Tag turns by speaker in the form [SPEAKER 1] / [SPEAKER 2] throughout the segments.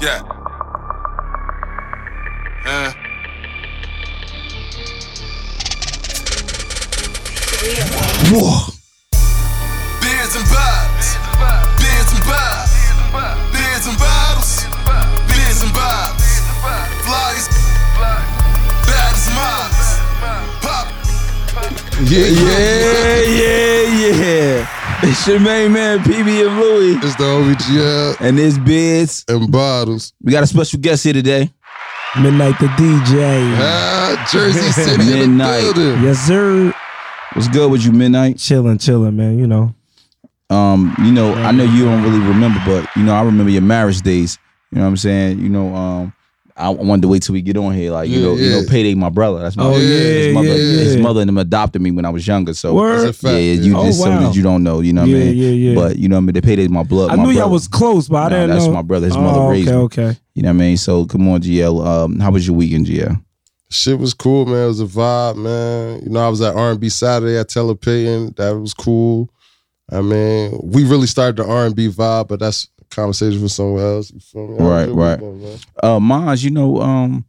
[SPEAKER 1] Yeah. Uh,
[SPEAKER 2] Whoa.
[SPEAKER 1] beers and vibes. Beers and vibes. Beers and bottles. Beers and vibes. Flyers. Baddest minds. Pop.
[SPEAKER 2] Yeah,
[SPEAKER 3] Yeah, yeah, yeah. It's your main man, PB and Louie.
[SPEAKER 2] It's the OVGL
[SPEAKER 3] And it's Biz.
[SPEAKER 2] and bottles.
[SPEAKER 3] We got a special guest here today.
[SPEAKER 4] Midnight the DJ.
[SPEAKER 2] Ah, Jersey City in the
[SPEAKER 3] Midnight.
[SPEAKER 2] building.
[SPEAKER 4] Yes, sir.
[SPEAKER 3] What's good with you, Midnight?
[SPEAKER 4] Chilling, chilling, man. You know.
[SPEAKER 3] Um, you know, I know you don't really remember, but you know, I remember your marriage days. You know what I'm saying? You know, um, I wanted to wait till we get on here. Like, you
[SPEAKER 2] Yeah,
[SPEAKER 3] know, you
[SPEAKER 2] yeah.
[SPEAKER 3] know, payday my brother. That's my
[SPEAKER 4] Oh,
[SPEAKER 3] brother. his
[SPEAKER 4] yeah,
[SPEAKER 3] mother.
[SPEAKER 4] yeah,
[SPEAKER 3] His
[SPEAKER 4] yeah.
[SPEAKER 3] mother and him adopted me when I was younger. So
[SPEAKER 4] Word.
[SPEAKER 2] That's a fact.
[SPEAKER 3] yeah, you
[SPEAKER 4] Oh,
[SPEAKER 3] just something
[SPEAKER 4] wow.
[SPEAKER 3] that you don't know, you know what I
[SPEAKER 4] Yeah,
[SPEAKER 3] mean?
[SPEAKER 4] yeah, yeah.
[SPEAKER 3] But you know what I mean? The payday's my blood.
[SPEAKER 4] I
[SPEAKER 3] my
[SPEAKER 4] knew y'all
[SPEAKER 3] brother.
[SPEAKER 4] was close, but I
[SPEAKER 3] Nah,
[SPEAKER 4] didn't
[SPEAKER 3] that's
[SPEAKER 4] know.
[SPEAKER 3] my brother. His mother
[SPEAKER 4] oh,
[SPEAKER 3] raised
[SPEAKER 4] okay,
[SPEAKER 3] me.
[SPEAKER 4] okay.
[SPEAKER 3] You know what I mean? So come on, GL. Um, how was your weekend, GL?
[SPEAKER 2] Shit was cool, man. It was a vibe, man. You know, I was at R&B Saturday at Teller Payton. That was cool. I mean, we really started the R&B vibe, but that's a conversation for somewhere else. You feel me? How
[SPEAKER 3] Right,
[SPEAKER 2] good we
[SPEAKER 3] right.
[SPEAKER 2] been, man?
[SPEAKER 3] Uh, Maj, you know, um,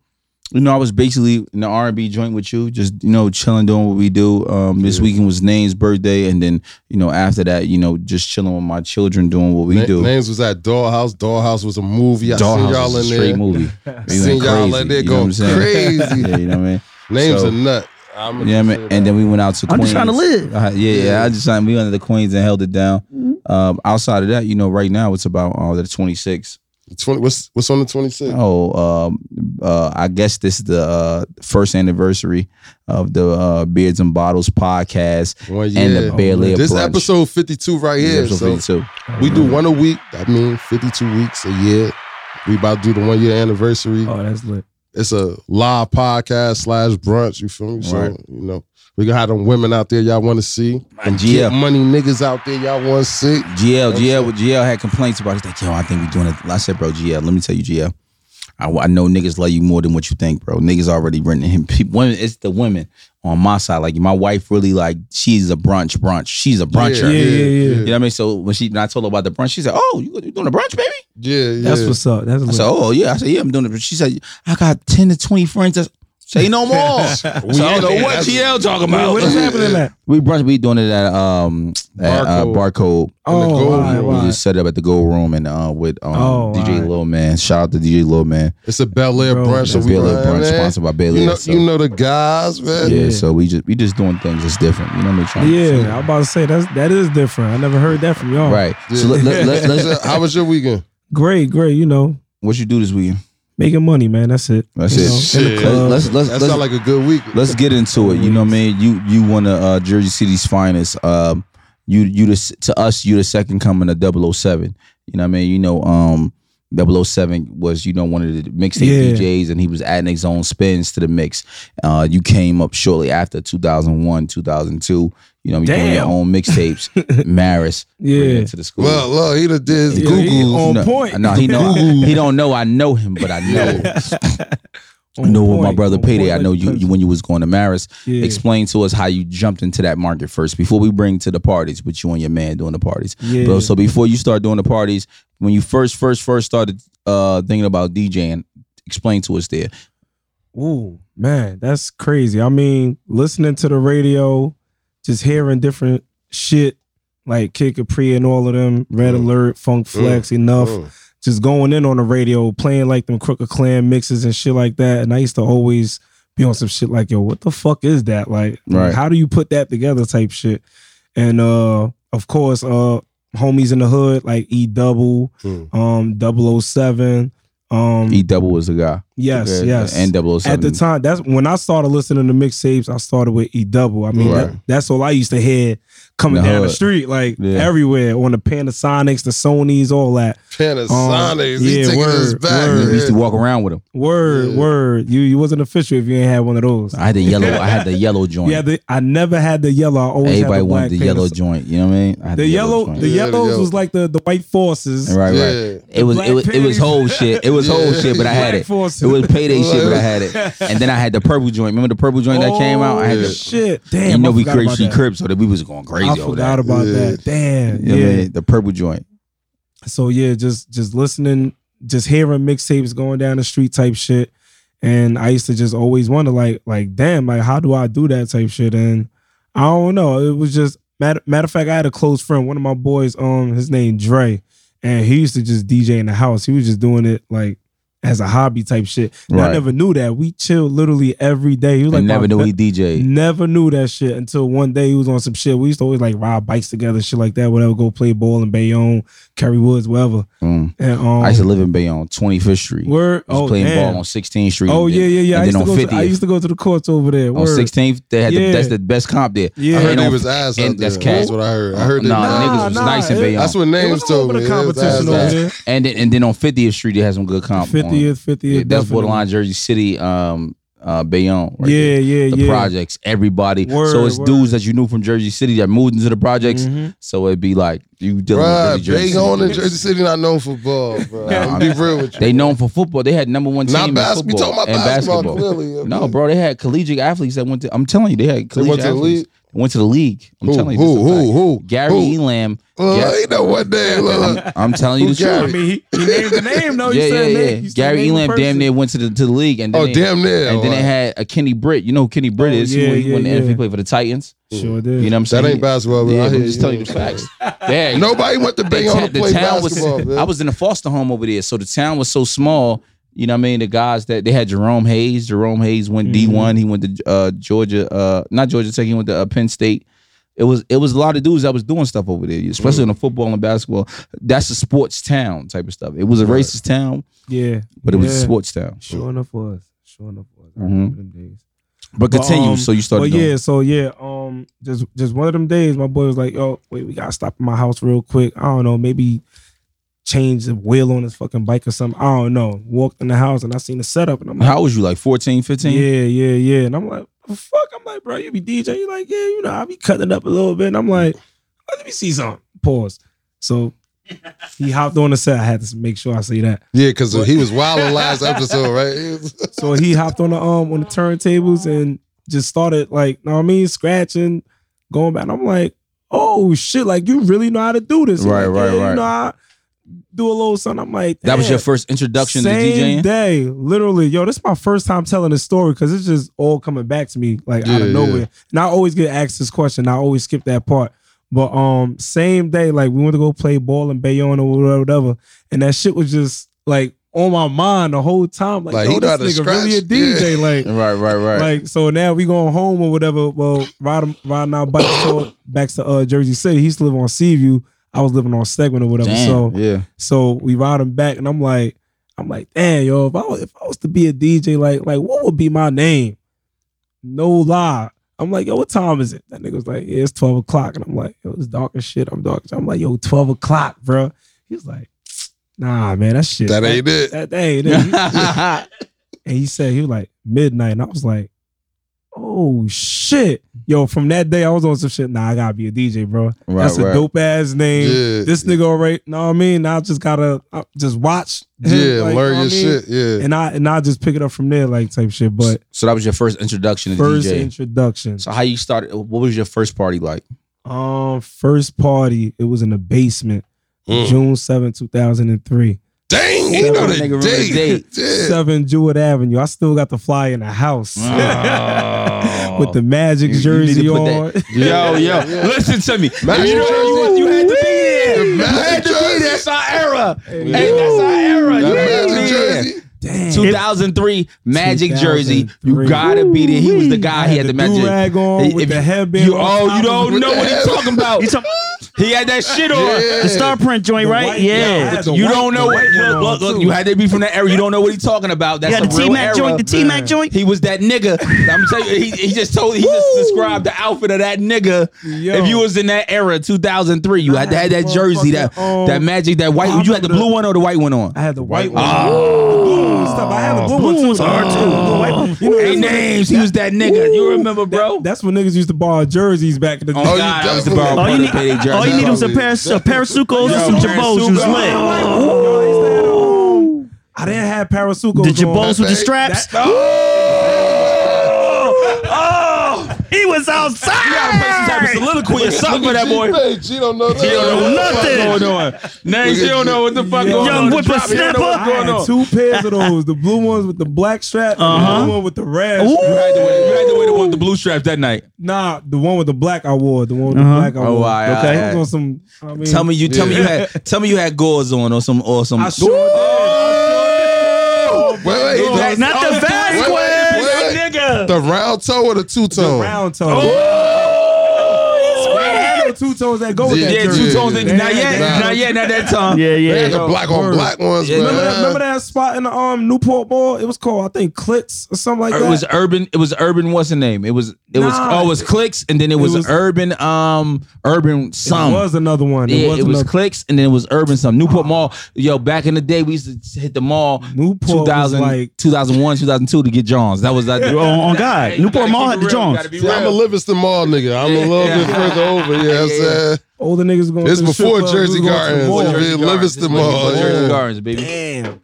[SPEAKER 3] you know, I was basically in the R and B joint with you, just you know, chilling, doing what we do. Um, this weekend was Name's birthday, and then you know, after that, you know, just chilling with my children, doing what we
[SPEAKER 2] Na-
[SPEAKER 3] do.
[SPEAKER 2] Names was at Dollhouse. Dollhouse was a movie. I
[SPEAKER 3] Dollhouse
[SPEAKER 2] seen
[SPEAKER 3] is
[SPEAKER 2] y'all
[SPEAKER 3] a
[SPEAKER 2] in
[SPEAKER 3] straight
[SPEAKER 2] there.
[SPEAKER 3] movie. We
[SPEAKER 2] Seen
[SPEAKER 3] went
[SPEAKER 2] y'all
[SPEAKER 3] crazy,
[SPEAKER 2] in there
[SPEAKER 3] you know what
[SPEAKER 2] go
[SPEAKER 3] I'm saying?
[SPEAKER 2] crazy.
[SPEAKER 3] Yeah, you know what I mean.
[SPEAKER 2] Names
[SPEAKER 3] So-
[SPEAKER 2] a nut. I'm
[SPEAKER 3] Yeah, man. And then we went out to
[SPEAKER 4] I'm
[SPEAKER 3] Queens.
[SPEAKER 4] just trying to live. Mm-hmm.
[SPEAKER 3] Uh, yeah, yeah. I just signed. We went to the Queens and held it down. Um, outside of that, you know, right now it's about uh, the 26th.
[SPEAKER 2] 20, what's what's on the 26th?
[SPEAKER 3] Oh, um, uh, I guess this is the uh, first anniversary of the uh, Beards and Bottles podcast.
[SPEAKER 2] One year.
[SPEAKER 3] and the Bear Layer
[SPEAKER 2] this
[SPEAKER 3] Brunch.
[SPEAKER 2] episode 52 right
[SPEAKER 3] It's
[SPEAKER 2] here.
[SPEAKER 3] episode
[SPEAKER 2] so
[SPEAKER 3] 52.
[SPEAKER 2] we do one a week. I mean, 52 weeks a year. We about to do the one year anniversary.
[SPEAKER 4] Oh, that's lit.
[SPEAKER 2] It's a live podcast slash brunch. You feel me? So
[SPEAKER 3] Right.
[SPEAKER 2] you know we gonna have them women out there y'all want to see.
[SPEAKER 3] And GL,
[SPEAKER 2] Get money niggas out there y'all want to see.
[SPEAKER 3] GL,
[SPEAKER 2] That's
[SPEAKER 3] GL, GL had complaints about it. He's like, yo, I think we're doing it. I said, bro, GL, let me tell you, GL. I, I know niggas love you more than what you think, bro. Niggas already renting him. Pe- Women, it's the women on my side. Like my wife, really, like she's a brunch, brunch. She's a bruncher.
[SPEAKER 4] Yeah, yeah,
[SPEAKER 3] You
[SPEAKER 4] yeah.
[SPEAKER 3] know what I mean? So when she, when I told her about the brunch, she said, "Oh, you, you doing a brunch, baby?"
[SPEAKER 2] Yeah, yeah.
[SPEAKER 4] That's what's up. That's
[SPEAKER 3] I
[SPEAKER 4] lit.
[SPEAKER 3] said, "Oh yeah." I said, "Yeah, I'm doing it." She said, "I got ten to twenty friends." That's, say no more. so I don't know what
[SPEAKER 2] That's-
[SPEAKER 3] GL talking
[SPEAKER 4] Wait,
[SPEAKER 3] about.
[SPEAKER 4] what is happening at?
[SPEAKER 3] We brunch. We doing it at um at, uh, barcode.
[SPEAKER 2] gold
[SPEAKER 4] Oh, all right,
[SPEAKER 2] room.
[SPEAKER 4] all
[SPEAKER 3] We
[SPEAKER 4] right.
[SPEAKER 3] just set up at the gold room and uh with um
[SPEAKER 4] Oh,
[SPEAKER 3] DJ
[SPEAKER 4] alright.
[SPEAKER 3] Lil Man. Shout out to DJ Lil Man.
[SPEAKER 2] It's a Bel Air
[SPEAKER 4] Bro,
[SPEAKER 2] brunch.
[SPEAKER 3] It's
[SPEAKER 2] So
[SPEAKER 3] a
[SPEAKER 2] we
[SPEAKER 3] Bel Air
[SPEAKER 2] run
[SPEAKER 3] brunch
[SPEAKER 2] there.
[SPEAKER 3] sponsored by Bel
[SPEAKER 2] You
[SPEAKER 3] Air.
[SPEAKER 2] know,
[SPEAKER 3] So,
[SPEAKER 2] you know the guys, man.
[SPEAKER 3] yeah, so we just we just doing things that's different. You know what I'm trying to say?
[SPEAKER 4] Yeah, Oh. I'm about to say that's that is different. I never heard that from y'all.
[SPEAKER 3] Right. So let, let, let, let's,
[SPEAKER 2] How was your weekend?
[SPEAKER 4] Great, great. You know,
[SPEAKER 3] what you do this weekend?
[SPEAKER 4] making money, man. That's it.
[SPEAKER 3] That's
[SPEAKER 4] You
[SPEAKER 3] it.
[SPEAKER 4] know,
[SPEAKER 2] Shit.
[SPEAKER 4] club.
[SPEAKER 3] Let's let's
[SPEAKER 2] That
[SPEAKER 3] let's,
[SPEAKER 2] sounds like a good week.
[SPEAKER 3] Let's get into it. You know what I mean? You you one of uh, Jersey City's finest. Um, you you the, s- to us you the second coming of 007. You know what I mean? You know um 007 was you know one of the mixtape
[SPEAKER 4] Yeah.
[SPEAKER 3] DJs and he was adding his own spins to the mix. Uh, you came up shortly after 2001, 2002. You know, you doing your
[SPEAKER 4] Damn.
[SPEAKER 3] own mixtapes, Maris. bringing
[SPEAKER 4] Yeah.
[SPEAKER 3] it to the school.
[SPEAKER 2] Well, look, he done did
[SPEAKER 4] Yeah,
[SPEAKER 2] Google.
[SPEAKER 4] he on
[SPEAKER 3] no,
[SPEAKER 4] point.
[SPEAKER 3] No, he know he don't know. I know him, but I know. him. I know what my
[SPEAKER 4] point,
[SPEAKER 3] brother
[SPEAKER 4] on
[SPEAKER 3] Payday.
[SPEAKER 4] point
[SPEAKER 3] I
[SPEAKER 4] like
[SPEAKER 3] know
[SPEAKER 4] a
[SPEAKER 3] you, you
[SPEAKER 4] pencil.
[SPEAKER 3] when you was going to Maris.
[SPEAKER 4] Yeah.
[SPEAKER 3] Explain to us how you jumped into that market first before we bring to the parties with you and your man doing the parties,
[SPEAKER 4] Yeah.
[SPEAKER 3] bro. So before you start doing the parties, when you first first first started uh thinking about DJing, explain to us there.
[SPEAKER 4] Ooh, man, that's crazy. I mean, listening to the radio, just hearing different shit like Kid Capri and all of them, Red
[SPEAKER 2] Mm.
[SPEAKER 4] Alert, Funk Flex, Enough,
[SPEAKER 2] Mm.
[SPEAKER 4] just going in on the radio, playing like them Crooked Clan mixes and shit like that. And I used to always be on some shit like, yo, what the fuck is that? Like,
[SPEAKER 3] Right.
[SPEAKER 4] how do you put that together type shit? And uh, of course, uh, homies in the hood like E Double,
[SPEAKER 2] Mm.
[SPEAKER 4] um, 007. Um,
[SPEAKER 3] E double was the guy.
[SPEAKER 4] yes,
[SPEAKER 3] Yeah,
[SPEAKER 4] yes.
[SPEAKER 3] And double
[SPEAKER 4] At the time, that's when I started listening to mixtapes. I started with E Double. I mean,
[SPEAKER 2] Right.
[SPEAKER 4] that, that's all I used to hear coming
[SPEAKER 3] In the
[SPEAKER 4] down
[SPEAKER 3] hood.
[SPEAKER 4] the street, like
[SPEAKER 3] Yeah.
[SPEAKER 4] everywhere on the Panasonics, the Sonys, all that.
[SPEAKER 2] Panasonics. he
[SPEAKER 4] yeah,
[SPEAKER 2] taking
[SPEAKER 4] word,
[SPEAKER 2] us back.
[SPEAKER 4] word.
[SPEAKER 3] We used to walk around with him.
[SPEAKER 4] Word,
[SPEAKER 2] Yeah.
[SPEAKER 4] word. You you wasn't official if you ain't had one of those.
[SPEAKER 3] I had the yellow. I had the yellow joint.
[SPEAKER 4] Yeah, the, I never had the yellow. I always
[SPEAKER 3] Everybody
[SPEAKER 4] had the black
[SPEAKER 3] wanted the yellow
[SPEAKER 4] Panasonic.
[SPEAKER 3] joint. You know what I mean? I had
[SPEAKER 4] The yellow,
[SPEAKER 3] joint.
[SPEAKER 4] the
[SPEAKER 2] Yeah, the
[SPEAKER 4] yellows
[SPEAKER 2] yellow.
[SPEAKER 4] was like the the white forces.
[SPEAKER 3] right, right.
[SPEAKER 2] Yeah.
[SPEAKER 3] It was,
[SPEAKER 4] Black
[SPEAKER 3] it was it was
[SPEAKER 4] panties.
[SPEAKER 3] whole shit. It was whole
[SPEAKER 2] Yeah.
[SPEAKER 3] shit, but I had
[SPEAKER 4] Black
[SPEAKER 3] it.
[SPEAKER 4] forces.
[SPEAKER 3] It was payday shit, but I had it. And then I had the purple joint. Remember the purple joint that came out? I had
[SPEAKER 4] Oh,
[SPEAKER 3] the
[SPEAKER 4] shit.
[SPEAKER 3] and
[SPEAKER 4] Damn,
[SPEAKER 3] you know
[SPEAKER 4] I
[SPEAKER 3] we
[SPEAKER 4] forgot about
[SPEAKER 3] crazy
[SPEAKER 4] that.
[SPEAKER 3] crib, so that we was going crazy
[SPEAKER 4] I
[SPEAKER 3] over
[SPEAKER 4] forgot
[SPEAKER 3] that.
[SPEAKER 4] about
[SPEAKER 2] Yeah.
[SPEAKER 4] that. Damn.
[SPEAKER 3] You know what I
[SPEAKER 4] yeah.
[SPEAKER 3] mean? the purple joint.
[SPEAKER 4] So yeah, just just listening just hearing mixtapes going down the street type shit. And I used to just always wonder, like, like, damn, like, how do I do that type shit? And I don't know. It was just matter, matter of fact, I had a close friend, one of my boys, um, his name Dre, and he used to just DJ in the house. He was just doing it like as a hobby type shit. And
[SPEAKER 3] Right.
[SPEAKER 4] I never knew that. We chilled literally every day. He was
[SPEAKER 3] I
[SPEAKER 4] like my
[SPEAKER 3] never knew
[SPEAKER 4] be-
[SPEAKER 3] he DJ.
[SPEAKER 4] Never knew that shit until one day he was on some shit. We used to always like ride bikes together, shit like that, whatever, go play ball in Bayonne, Kerry Woods, whatever.
[SPEAKER 3] Mm.
[SPEAKER 4] And um
[SPEAKER 3] I used to live in Bayonne, 25th Street. I
[SPEAKER 4] word,
[SPEAKER 3] was
[SPEAKER 4] oh,
[SPEAKER 3] playing
[SPEAKER 4] damn.
[SPEAKER 3] ball on 16th Street.
[SPEAKER 4] Oh
[SPEAKER 3] and
[SPEAKER 4] yeah,
[SPEAKER 3] then-
[SPEAKER 4] yeah, yeah. I
[SPEAKER 3] And
[SPEAKER 4] used,
[SPEAKER 3] then
[SPEAKER 4] to
[SPEAKER 3] on
[SPEAKER 4] go to, I
[SPEAKER 3] 50th.
[SPEAKER 4] used to go to the courts over there.
[SPEAKER 3] On
[SPEAKER 4] Word.
[SPEAKER 3] 16th, they had the,
[SPEAKER 4] Yeah.
[SPEAKER 3] that's the best comp there.
[SPEAKER 4] Yeah.
[SPEAKER 2] I
[SPEAKER 3] I
[SPEAKER 2] heard
[SPEAKER 3] heard
[SPEAKER 2] they
[SPEAKER 3] on-
[SPEAKER 2] was ass out
[SPEAKER 3] and
[SPEAKER 2] there.
[SPEAKER 3] that's cap.
[SPEAKER 2] That's what I heard. I heard they
[SPEAKER 3] nah,
[SPEAKER 2] was ass.
[SPEAKER 3] niggas was
[SPEAKER 4] Nah,
[SPEAKER 3] nice in
[SPEAKER 4] it-
[SPEAKER 3] Bayonne.
[SPEAKER 2] That's what
[SPEAKER 4] It
[SPEAKER 2] names
[SPEAKER 4] was a little
[SPEAKER 2] told
[SPEAKER 4] bit
[SPEAKER 2] me.
[SPEAKER 4] of
[SPEAKER 2] It was
[SPEAKER 4] competition
[SPEAKER 2] ass
[SPEAKER 4] over
[SPEAKER 2] out.
[SPEAKER 4] there.
[SPEAKER 3] And then, and then on 50th Street, they had some good comp. on-
[SPEAKER 4] 50th, 50th.
[SPEAKER 3] Yeah, that's
[SPEAKER 4] definitely.
[SPEAKER 3] borderline Jersey City, um, uh, Bayonne. Right
[SPEAKER 4] yeah,
[SPEAKER 3] there.
[SPEAKER 4] yeah,
[SPEAKER 3] The
[SPEAKER 4] yeah.
[SPEAKER 3] projects, everybody. so
[SPEAKER 4] Word,
[SPEAKER 3] it's
[SPEAKER 4] word.
[SPEAKER 3] dudes that you knew from Jersey City that moved into the projects.
[SPEAKER 4] Mhm.
[SPEAKER 3] So it'd be like you dealing
[SPEAKER 2] Bruh,
[SPEAKER 3] with really Jersey
[SPEAKER 2] Bayonne and
[SPEAKER 3] City.
[SPEAKER 2] Jersey City not known for ball, bro. I'm be real with you.
[SPEAKER 3] They known for football. They had number one team
[SPEAKER 2] not
[SPEAKER 3] in
[SPEAKER 2] basketball. We
[SPEAKER 3] football
[SPEAKER 2] talking about
[SPEAKER 3] and
[SPEAKER 2] basketball,
[SPEAKER 3] basketball.
[SPEAKER 2] clearly.
[SPEAKER 3] No, bro, they had collegiate athletes that went to. I'm telling you, they had
[SPEAKER 2] They
[SPEAKER 3] collegiate
[SPEAKER 2] went to the
[SPEAKER 3] athletes.
[SPEAKER 2] league.
[SPEAKER 3] Went to the league. I'm
[SPEAKER 2] Who,
[SPEAKER 3] telling you,
[SPEAKER 2] who,
[SPEAKER 3] this is a fact.
[SPEAKER 2] who, who?
[SPEAKER 3] Gary
[SPEAKER 2] who?
[SPEAKER 3] Elam.
[SPEAKER 2] Look,
[SPEAKER 3] Ga-
[SPEAKER 2] ain't no one damn. Look,
[SPEAKER 3] I'm, I'm telling you the
[SPEAKER 2] Who Gary?
[SPEAKER 4] I
[SPEAKER 3] truth.
[SPEAKER 4] mean, he, he named the name. No,
[SPEAKER 3] yeah,
[SPEAKER 4] he Oh, said
[SPEAKER 3] yeah,
[SPEAKER 4] name.
[SPEAKER 3] yeah.
[SPEAKER 4] He said
[SPEAKER 3] Gary
[SPEAKER 4] name in
[SPEAKER 3] Elam damn
[SPEAKER 4] person.
[SPEAKER 3] near went to the to the league, and then
[SPEAKER 2] oh
[SPEAKER 3] they,
[SPEAKER 2] damn near.
[SPEAKER 3] and then they had a Kenny Britt. You know who Kenny Britt
[SPEAKER 4] Oh,
[SPEAKER 3] is?
[SPEAKER 4] yeah,
[SPEAKER 3] he went, he
[SPEAKER 4] yeah,
[SPEAKER 3] went to NFL,
[SPEAKER 4] yeah.
[SPEAKER 3] he played for the Titans.
[SPEAKER 4] Sure did.
[SPEAKER 3] You know what I'm saying?
[SPEAKER 2] that ain't basketball.
[SPEAKER 3] Yeah,
[SPEAKER 2] bro. Oh, I
[SPEAKER 3] but
[SPEAKER 2] hear
[SPEAKER 3] I'm just
[SPEAKER 2] you.
[SPEAKER 3] telling you the facts. Yeah,
[SPEAKER 2] Nobody went to
[SPEAKER 3] the,
[SPEAKER 2] Bayonne
[SPEAKER 3] ta-
[SPEAKER 2] to
[SPEAKER 3] the
[SPEAKER 2] play
[SPEAKER 3] town was.
[SPEAKER 2] basketball. man.
[SPEAKER 3] I was in a foster home over there, so the town was so small. You know what I mean? The guys that they had Jerome Hayes. Jerome Hayes went D one. He went to uh, Georgia, uh, not Georgia Tech. He went to uh, Penn State. It was it was a lot of dudes that was doing stuff over there, especially in the football and basketball. That's a sports town type of stuff. It was a
[SPEAKER 2] Right.
[SPEAKER 3] racist town,
[SPEAKER 4] Yeah,
[SPEAKER 3] but it was a
[SPEAKER 4] Yeah.
[SPEAKER 3] sports town.
[SPEAKER 4] Sure enough was. Sure enough was. I
[SPEAKER 3] Mhm.
[SPEAKER 4] remember them days.
[SPEAKER 3] But
[SPEAKER 4] But,
[SPEAKER 3] continue.
[SPEAKER 4] um,
[SPEAKER 3] so you started.
[SPEAKER 4] Well,
[SPEAKER 3] doing-
[SPEAKER 4] yeah, so yeah, um, just just one of them days, my boy was like, "Yo, wait, we gotta stop at my house real quick. I don't know, maybe change the wheel on his fucking bike or something. I don't know." Walked in the house and I seen the setup, and I'm like,
[SPEAKER 3] How was you? Like 14, 15?
[SPEAKER 4] "Yeah, yeah, yeah," and I'm like, "The "Fuck!" I'm like, "Bro, you be DJ?" You like, "Yeah, you know, I be cutting it up a little bit." And I'm like, "Let me see something." Pause. So he hopped on the set. I had to make sure I say that.
[SPEAKER 2] Yeah, because he was wild on last episode, right? He was-
[SPEAKER 4] So he hopped on the um on the turntables and just started like, know what I mean, scratching, going back. And I'm like, oh shit, like you really know how to do this. He
[SPEAKER 3] Right,
[SPEAKER 4] like,
[SPEAKER 3] right,
[SPEAKER 4] yeah,
[SPEAKER 3] right.
[SPEAKER 4] You know, I do a little something. I'm like,
[SPEAKER 3] That was
[SPEAKER 4] "Damn."
[SPEAKER 3] your first introduction to
[SPEAKER 4] Same
[SPEAKER 3] DJing?
[SPEAKER 4] day, literally, yo, this is my first time telling this story because it's just all coming back to me like out
[SPEAKER 2] Yeah,
[SPEAKER 4] of nowhere.
[SPEAKER 2] yeah.
[SPEAKER 4] And I always get asked this question. I always skip that part. But um, same day, like we went to go play ball in Bayonne or whatever, whatever, and that shit was just like on my mind the whole time. Like,
[SPEAKER 2] Like,
[SPEAKER 4] yo,
[SPEAKER 2] he know how to
[SPEAKER 4] this nigga really a
[SPEAKER 2] scratch. Yeah.
[SPEAKER 4] DJ. Like,
[SPEAKER 3] Right, right, right.
[SPEAKER 4] like so now we going home or whatever. Well, riding riding our bikes toward- back to uh, Jersey City. He used to live on Seaview. I was living on Segment or whatever.
[SPEAKER 3] Damn,
[SPEAKER 4] So
[SPEAKER 3] yeah.
[SPEAKER 4] so we ride him back, and I'm like, I'm like, damn, yo, if I was, if I was to be a DJ, like, like what would be my name? No lie. I'm like, yo, what time is it? That nigga was like, yeah, it's 12 o'clock. And I'm like, yo, it's dark as shit. I'm dark. as- I'm like, yo, 12 o'clock, bro. He was like, nah, man, that shit.
[SPEAKER 2] that ain't it.
[SPEAKER 4] That, that ain't it. He- and he said, he was like, midnight. And I was like, oh, shit. Yo, from that day, I was on some shit. Nah, I gotta be a DJ, bro. That's a dope ass name
[SPEAKER 2] Yeah,
[SPEAKER 4] this nigga already know what I mean. Now I just gotta uh, just watch. him,
[SPEAKER 2] yeah,
[SPEAKER 4] like,
[SPEAKER 2] learn
[SPEAKER 4] know
[SPEAKER 2] your
[SPEAKER 4] what I mean?
[SPEAKER 2] shit. Yeah,
[SPEAKER 4] And I and I just pick it up from there, like type shit. But
[SPEAKER 3] So that was your first introduction to
[SPEAKER 4] first
[SPEAKER 3] DJing.
[SPEAKER 4] introduction,
[SPEAKER 3] so how you started? What was your first party like?
[SPEAKER 4] um, first party, it was in the basement,
[SPEAKER 2] Mm.
[SPEAKER 4] June 7, two thousand and three,
[SPEAKER 2] dang, he
[SPEAKER 4] That
[SPEAKER 2] know
[SPEAKER 4] nigga
[SPEAKER 2] the
[SPEAKER 3] remember
[SPEAKER 2] date.
[SPEAKER 3] the date.
[SPEAKER 2] Yeah.
[SPEAKER 4] seven Jewett Avenue. I still got the fly in the house with the Magic
[SPEAKER 3] You- you
[SPEAKER 4] jersey
[SPEAKER 3] need to put
[SPEAKER 4] on.
[SPEAKER 3] that- Yo, yo,
[SPEAKER 2] Yeah.
[SPEAKER 3] listen to me.
[SPEAKER 2] Magic
[SPEAKER 3] you know
[SPEAKER 2] jersey.
[SPEAKER 3] you, was- you had to be there.
[SPEAKER 2] The
[SPEAKER 3] You
[SPEAKER 2] magic
[SPEAKER 3] had to be there.
[SPEAKER 2] jersey.
[SPEAKER 3] That's our era. Hey,
[SPEAKER 4] Yeah.
[SPEAKER 3] that's our era.
[SPEAKER 2] That
[SPEAKER 3] you had to
[SPEAKER 2] Magic
[SPEAKER 3] be there.
[SPEAKER 2] jersey.
[SPEAKER 4] Damn.
[SPEAKER 3] 2003 Magic jersey. You
[SPEAKER 4] 2003.
[SPEAKER 3] gotta be there. He was the guy. He had the,
[SPEAKER 4] Had the
[SPEAKER 3] magic.
[SPEAKER 4] do-rag on
[SPEAKER 3] If
[SPEAKER 4] with the headband
[SPEAKER 3] You,
[SPEAKER 4] on
[SPEAKER 3] oh,
[SPEAKER 4] top
[SPEAKER 3] you
[SPEAKER 4] of it
[SPEAKER 3] don't
[SPEAKER 4] with
[SPEAKER 3] know
[SPEAKER 2] the
[SPEAKER 3] what he's
[SPEAKER 2] head-
[SPEAKER 3] talking about.
[SPEAKER 5] You talking
[SPEAKER 3] He had that shit on.
[SPEAKER 2] Yeah.
[SPEAKER 5] the star print joint,
[SPEAKER 4] The
[SPEAKER 5] right?
[SPEAKER 4] white- yeah,
[SPEAKER 5] yeah.
[SPEAKER 4] that's the
[SPEAKER 3] You
[SPEAKER 4] white-
[SPEAKER 3] don't
[SPEAKER 4] the
[SPEAKER 3] know what.
[SPEAKER 4] white one
[SPEAKER 3] Look,
[SPEAKER 4] on
[SPEAKER 3] look, look.
[SPEAKER 4] too.
[SPEAKER 3] You had to be from that era. You don't know what he's talking about. That's
[SPEAKER 5] Yeah, the
[SPEAKER 3] a
[SPEAKER 5] T
[SPEAKER 3] real
[SPEAKER 5] Mac
[SPEAKER 3] era.
[SPEAKER 5] joint, the T Mac
[SPEAKER 4] Yeah.
[SPEAKER 5] joint.
[SPEAKER 3] He was that nigga. I'm telling you, he, he just told, he just described the outfit of that nigga.
[SPEAKER 4] Yo.
[SPEAKER 3] If you was in that era, 2003, you had to have that
[SPEAKER 4] Motherfucker,
[SPEAKER 3] jersey, that
[SPEAKER 4] um,
[SPEAKER 3] that magic, that
[SPEAKER 4] I
[SPEAKER 3] white. You had the
[SPEAKER 4] remember
[SPEAKER 3] blue
[SPEAKER 4] the-
[SPEAKER 3] one or the white one on.
[SPEAKER 4] I had the white one.
[SPEAKER 3] Oh.
[SPEAKER 4] The blue one stuff. I had the blue,
[SPEAKER 5] Blue
[SPEAKER 4] one
[SPEAKER 5] ones
[SPEAKER 4] too.
[SPEAKER 5] are too. The white one-
[SPEAKER 4] You know,
[SPEAKER 3] Hey
[SPEAKER 4] that's what-
[SPEAKER 3] names, he was that nigga. you remember, bro?
[SPEAKER 4] That- that's when niggas used to borrow jerseys back in the day.
[SPEAKER 3] oh,
[SPEAKER 2] Oh, you
[SPEAKER 3] God, I was the borrow
[SPEAKER 2] definitely-
[SPEAKER 5] all you
[SPEAKER 3] part of
[SPEAKER 5] need,
[SPEAKER 3] the payday jersey.
[SPEAKER 5] all you need was a
[SPEAKER 2] Definitely.
[SPEAKER 5] pair of a pair of Sucos
[SPEAKER 3] Yo,
[SPEAKER 5] and some
[SPEAKER 3] pair of
[SPEAKER 5] Jabos. You was
[SPEAKER 3] Sucos.
[SPEAKER 5] lit.
[SPEAKER 4] I didn't have Parasuco.
[SPEAKER 5] The Jabos with the
[SPEAKER 2] That-
[SPEAKER 5] straps.
[SPEAKER 3] Oh! Oh!
[SPEAKER 5] He was outside.
[SPEAKER 3] You gotta play some type of soliloquy or something for that boy.
[SPEAKER 2] She don't know
[SPEAKER 3] He
[SPEAKER 2] nothing.
[SPEAKER 3] don't know what the
[SPEAKER 5] Nothing.
[SPEAKER 3] fuck going on. Name, she don't know what the fuck
[SPEAKER 4] Young
[SPEAKER 3] going on. The
[SPEAKER 5] whipper
[SPEAKER 3] drop, he don't know what's
[SPEAKER 4] I
[SPEAKER 5] snapper.
[SPEAKER 3] going on.
[SPEAKER 4] had two pairs of those. The blue ones with the black strap, and the
[SPEAKER 5] Uh-huh.
[SPEAKER 4] blue one with the red.
[SPEAKER 5] Ooh.
[SPEAKER 3] You had to wear- You had to wear the one with the blue straps that night.
[SPEAKER 4] Nah, the one with the black I wore. The one with
[SPEAKER 5] Uh-huh.
[SPEAKER 4] the black I
[SPEAKER 3] Oh,
[SPEAKER 4] wore.
[SPEAKER 3] aye, aye,
[SPEAKER 4] okay,
[SPEAKER 3] aye.
[SPEAKER 4] I was on some. I mean,
[SPEAKER 3] Tell me you tell me you
[SPEAKER 4] Yeah.
[SPEAKER 3] had tell me you had gauze on or some or some.
[SPEAKER 4] I sure did.
[SPEAKER 3] Oh!
[SPEAKER 2] Wait, wait,
[SPEAKER 3] Yo,
[SPEAKER 2] the,
[SPEAKER 3] that's-
[SPEAKER 5] Not the
[SPEAKER 2] wait, wait,
[SPEAKER 5] Vasquez,
[SPEAKER 2] wait.
[SPEAKER 5] nigga.
[SPEAKER 2] the round toe or the two tone?
[SPEAKER 4] The round toe.
[SPEAKER 3] Oh,
[SPEAKER 4] I had no two tones that go with
[SPEAKER 2] Yeah,
[SPEAKER 4] that.
[SPEAKER 3] Yeah,
[SPEAKER 4] jersey.
[SPEAKER 3] two tones. in-
[SPEAKER 4] They
[SPEAKER 3] Not
[SPEAKER 4] had
[SPEAKER 3] yet,
[SPEAKER 4] that.
[SPEAKER 2] Nah.
[SPEAKER 3] not yet, not that time.
[SPEAKER 5] Yeah,
[SPEAKER 2] They
[SPEAKER 5] yeah.
[SPEAKER 2] had the black on
[SPEAKER 3] Word.
[SPEAKER 2] black ones,
[SPEAKER 3] Yeah.
[SPEAKER 2] but
[SPEAKER 4] Remember that,
[SPEAKER 2] uh,
[SPEAKER 4] remember that spot in the um Newport Mall? It was called, I think, Clicks or something like that.
[SPEAKER 3] It was urban. It was urban. What's the name? It was. It was.
[SPEAKER 4] Nah.
[SPEAKER 3] Oh, it was clicks, and then it was,
[SPEAKER 4] was-
[SPEAKER 3] urban. Um, urban. Some.
[SPEAKER 4] It was another one. It
[SPEAKER 3] Yeah,
[SPEAKER 4] was,
[SPEAKER 3] it was
[SPEAKER 4] another-
[SPEAKER 3] clicks, and then it was urban. Some Newport Mall. Yo, back in the day, we used to hit the mall.
[SPEAKER 4] Newport was
[SPEAKER 3] 2000,
[SPEAKER 4] like-
[SPEAKER 3] 2001, 2002 to get Johns. That was that.
[SPEAKER 5] On- on God. Oh, Newport Mall had the Johns.
[SPEAKER 2] See, I'm a Livingston Mall nigga. I'm a little bit further over. You know what I'm saying?
[SPEAKER 4] older niggas going.
[SPEAKER 2] It's
[SPEAKER 4] to the strip
[SPEAKER 2] before
[SPEAKER 4] club,
[SPEAKER 2] Jersey
[SPEAKER 4] we was going to the
[SPEAKER 2] Gardens.
[SPEAKER 4] mall.
[SPEAKER 2] Jersey- Livingston Mall,
[SPEAKER 3] Jersey
[SPEAKER 2] yeah.
[SPEAKER 3] Gardens, baby.
[SPEAKER 4] Damn.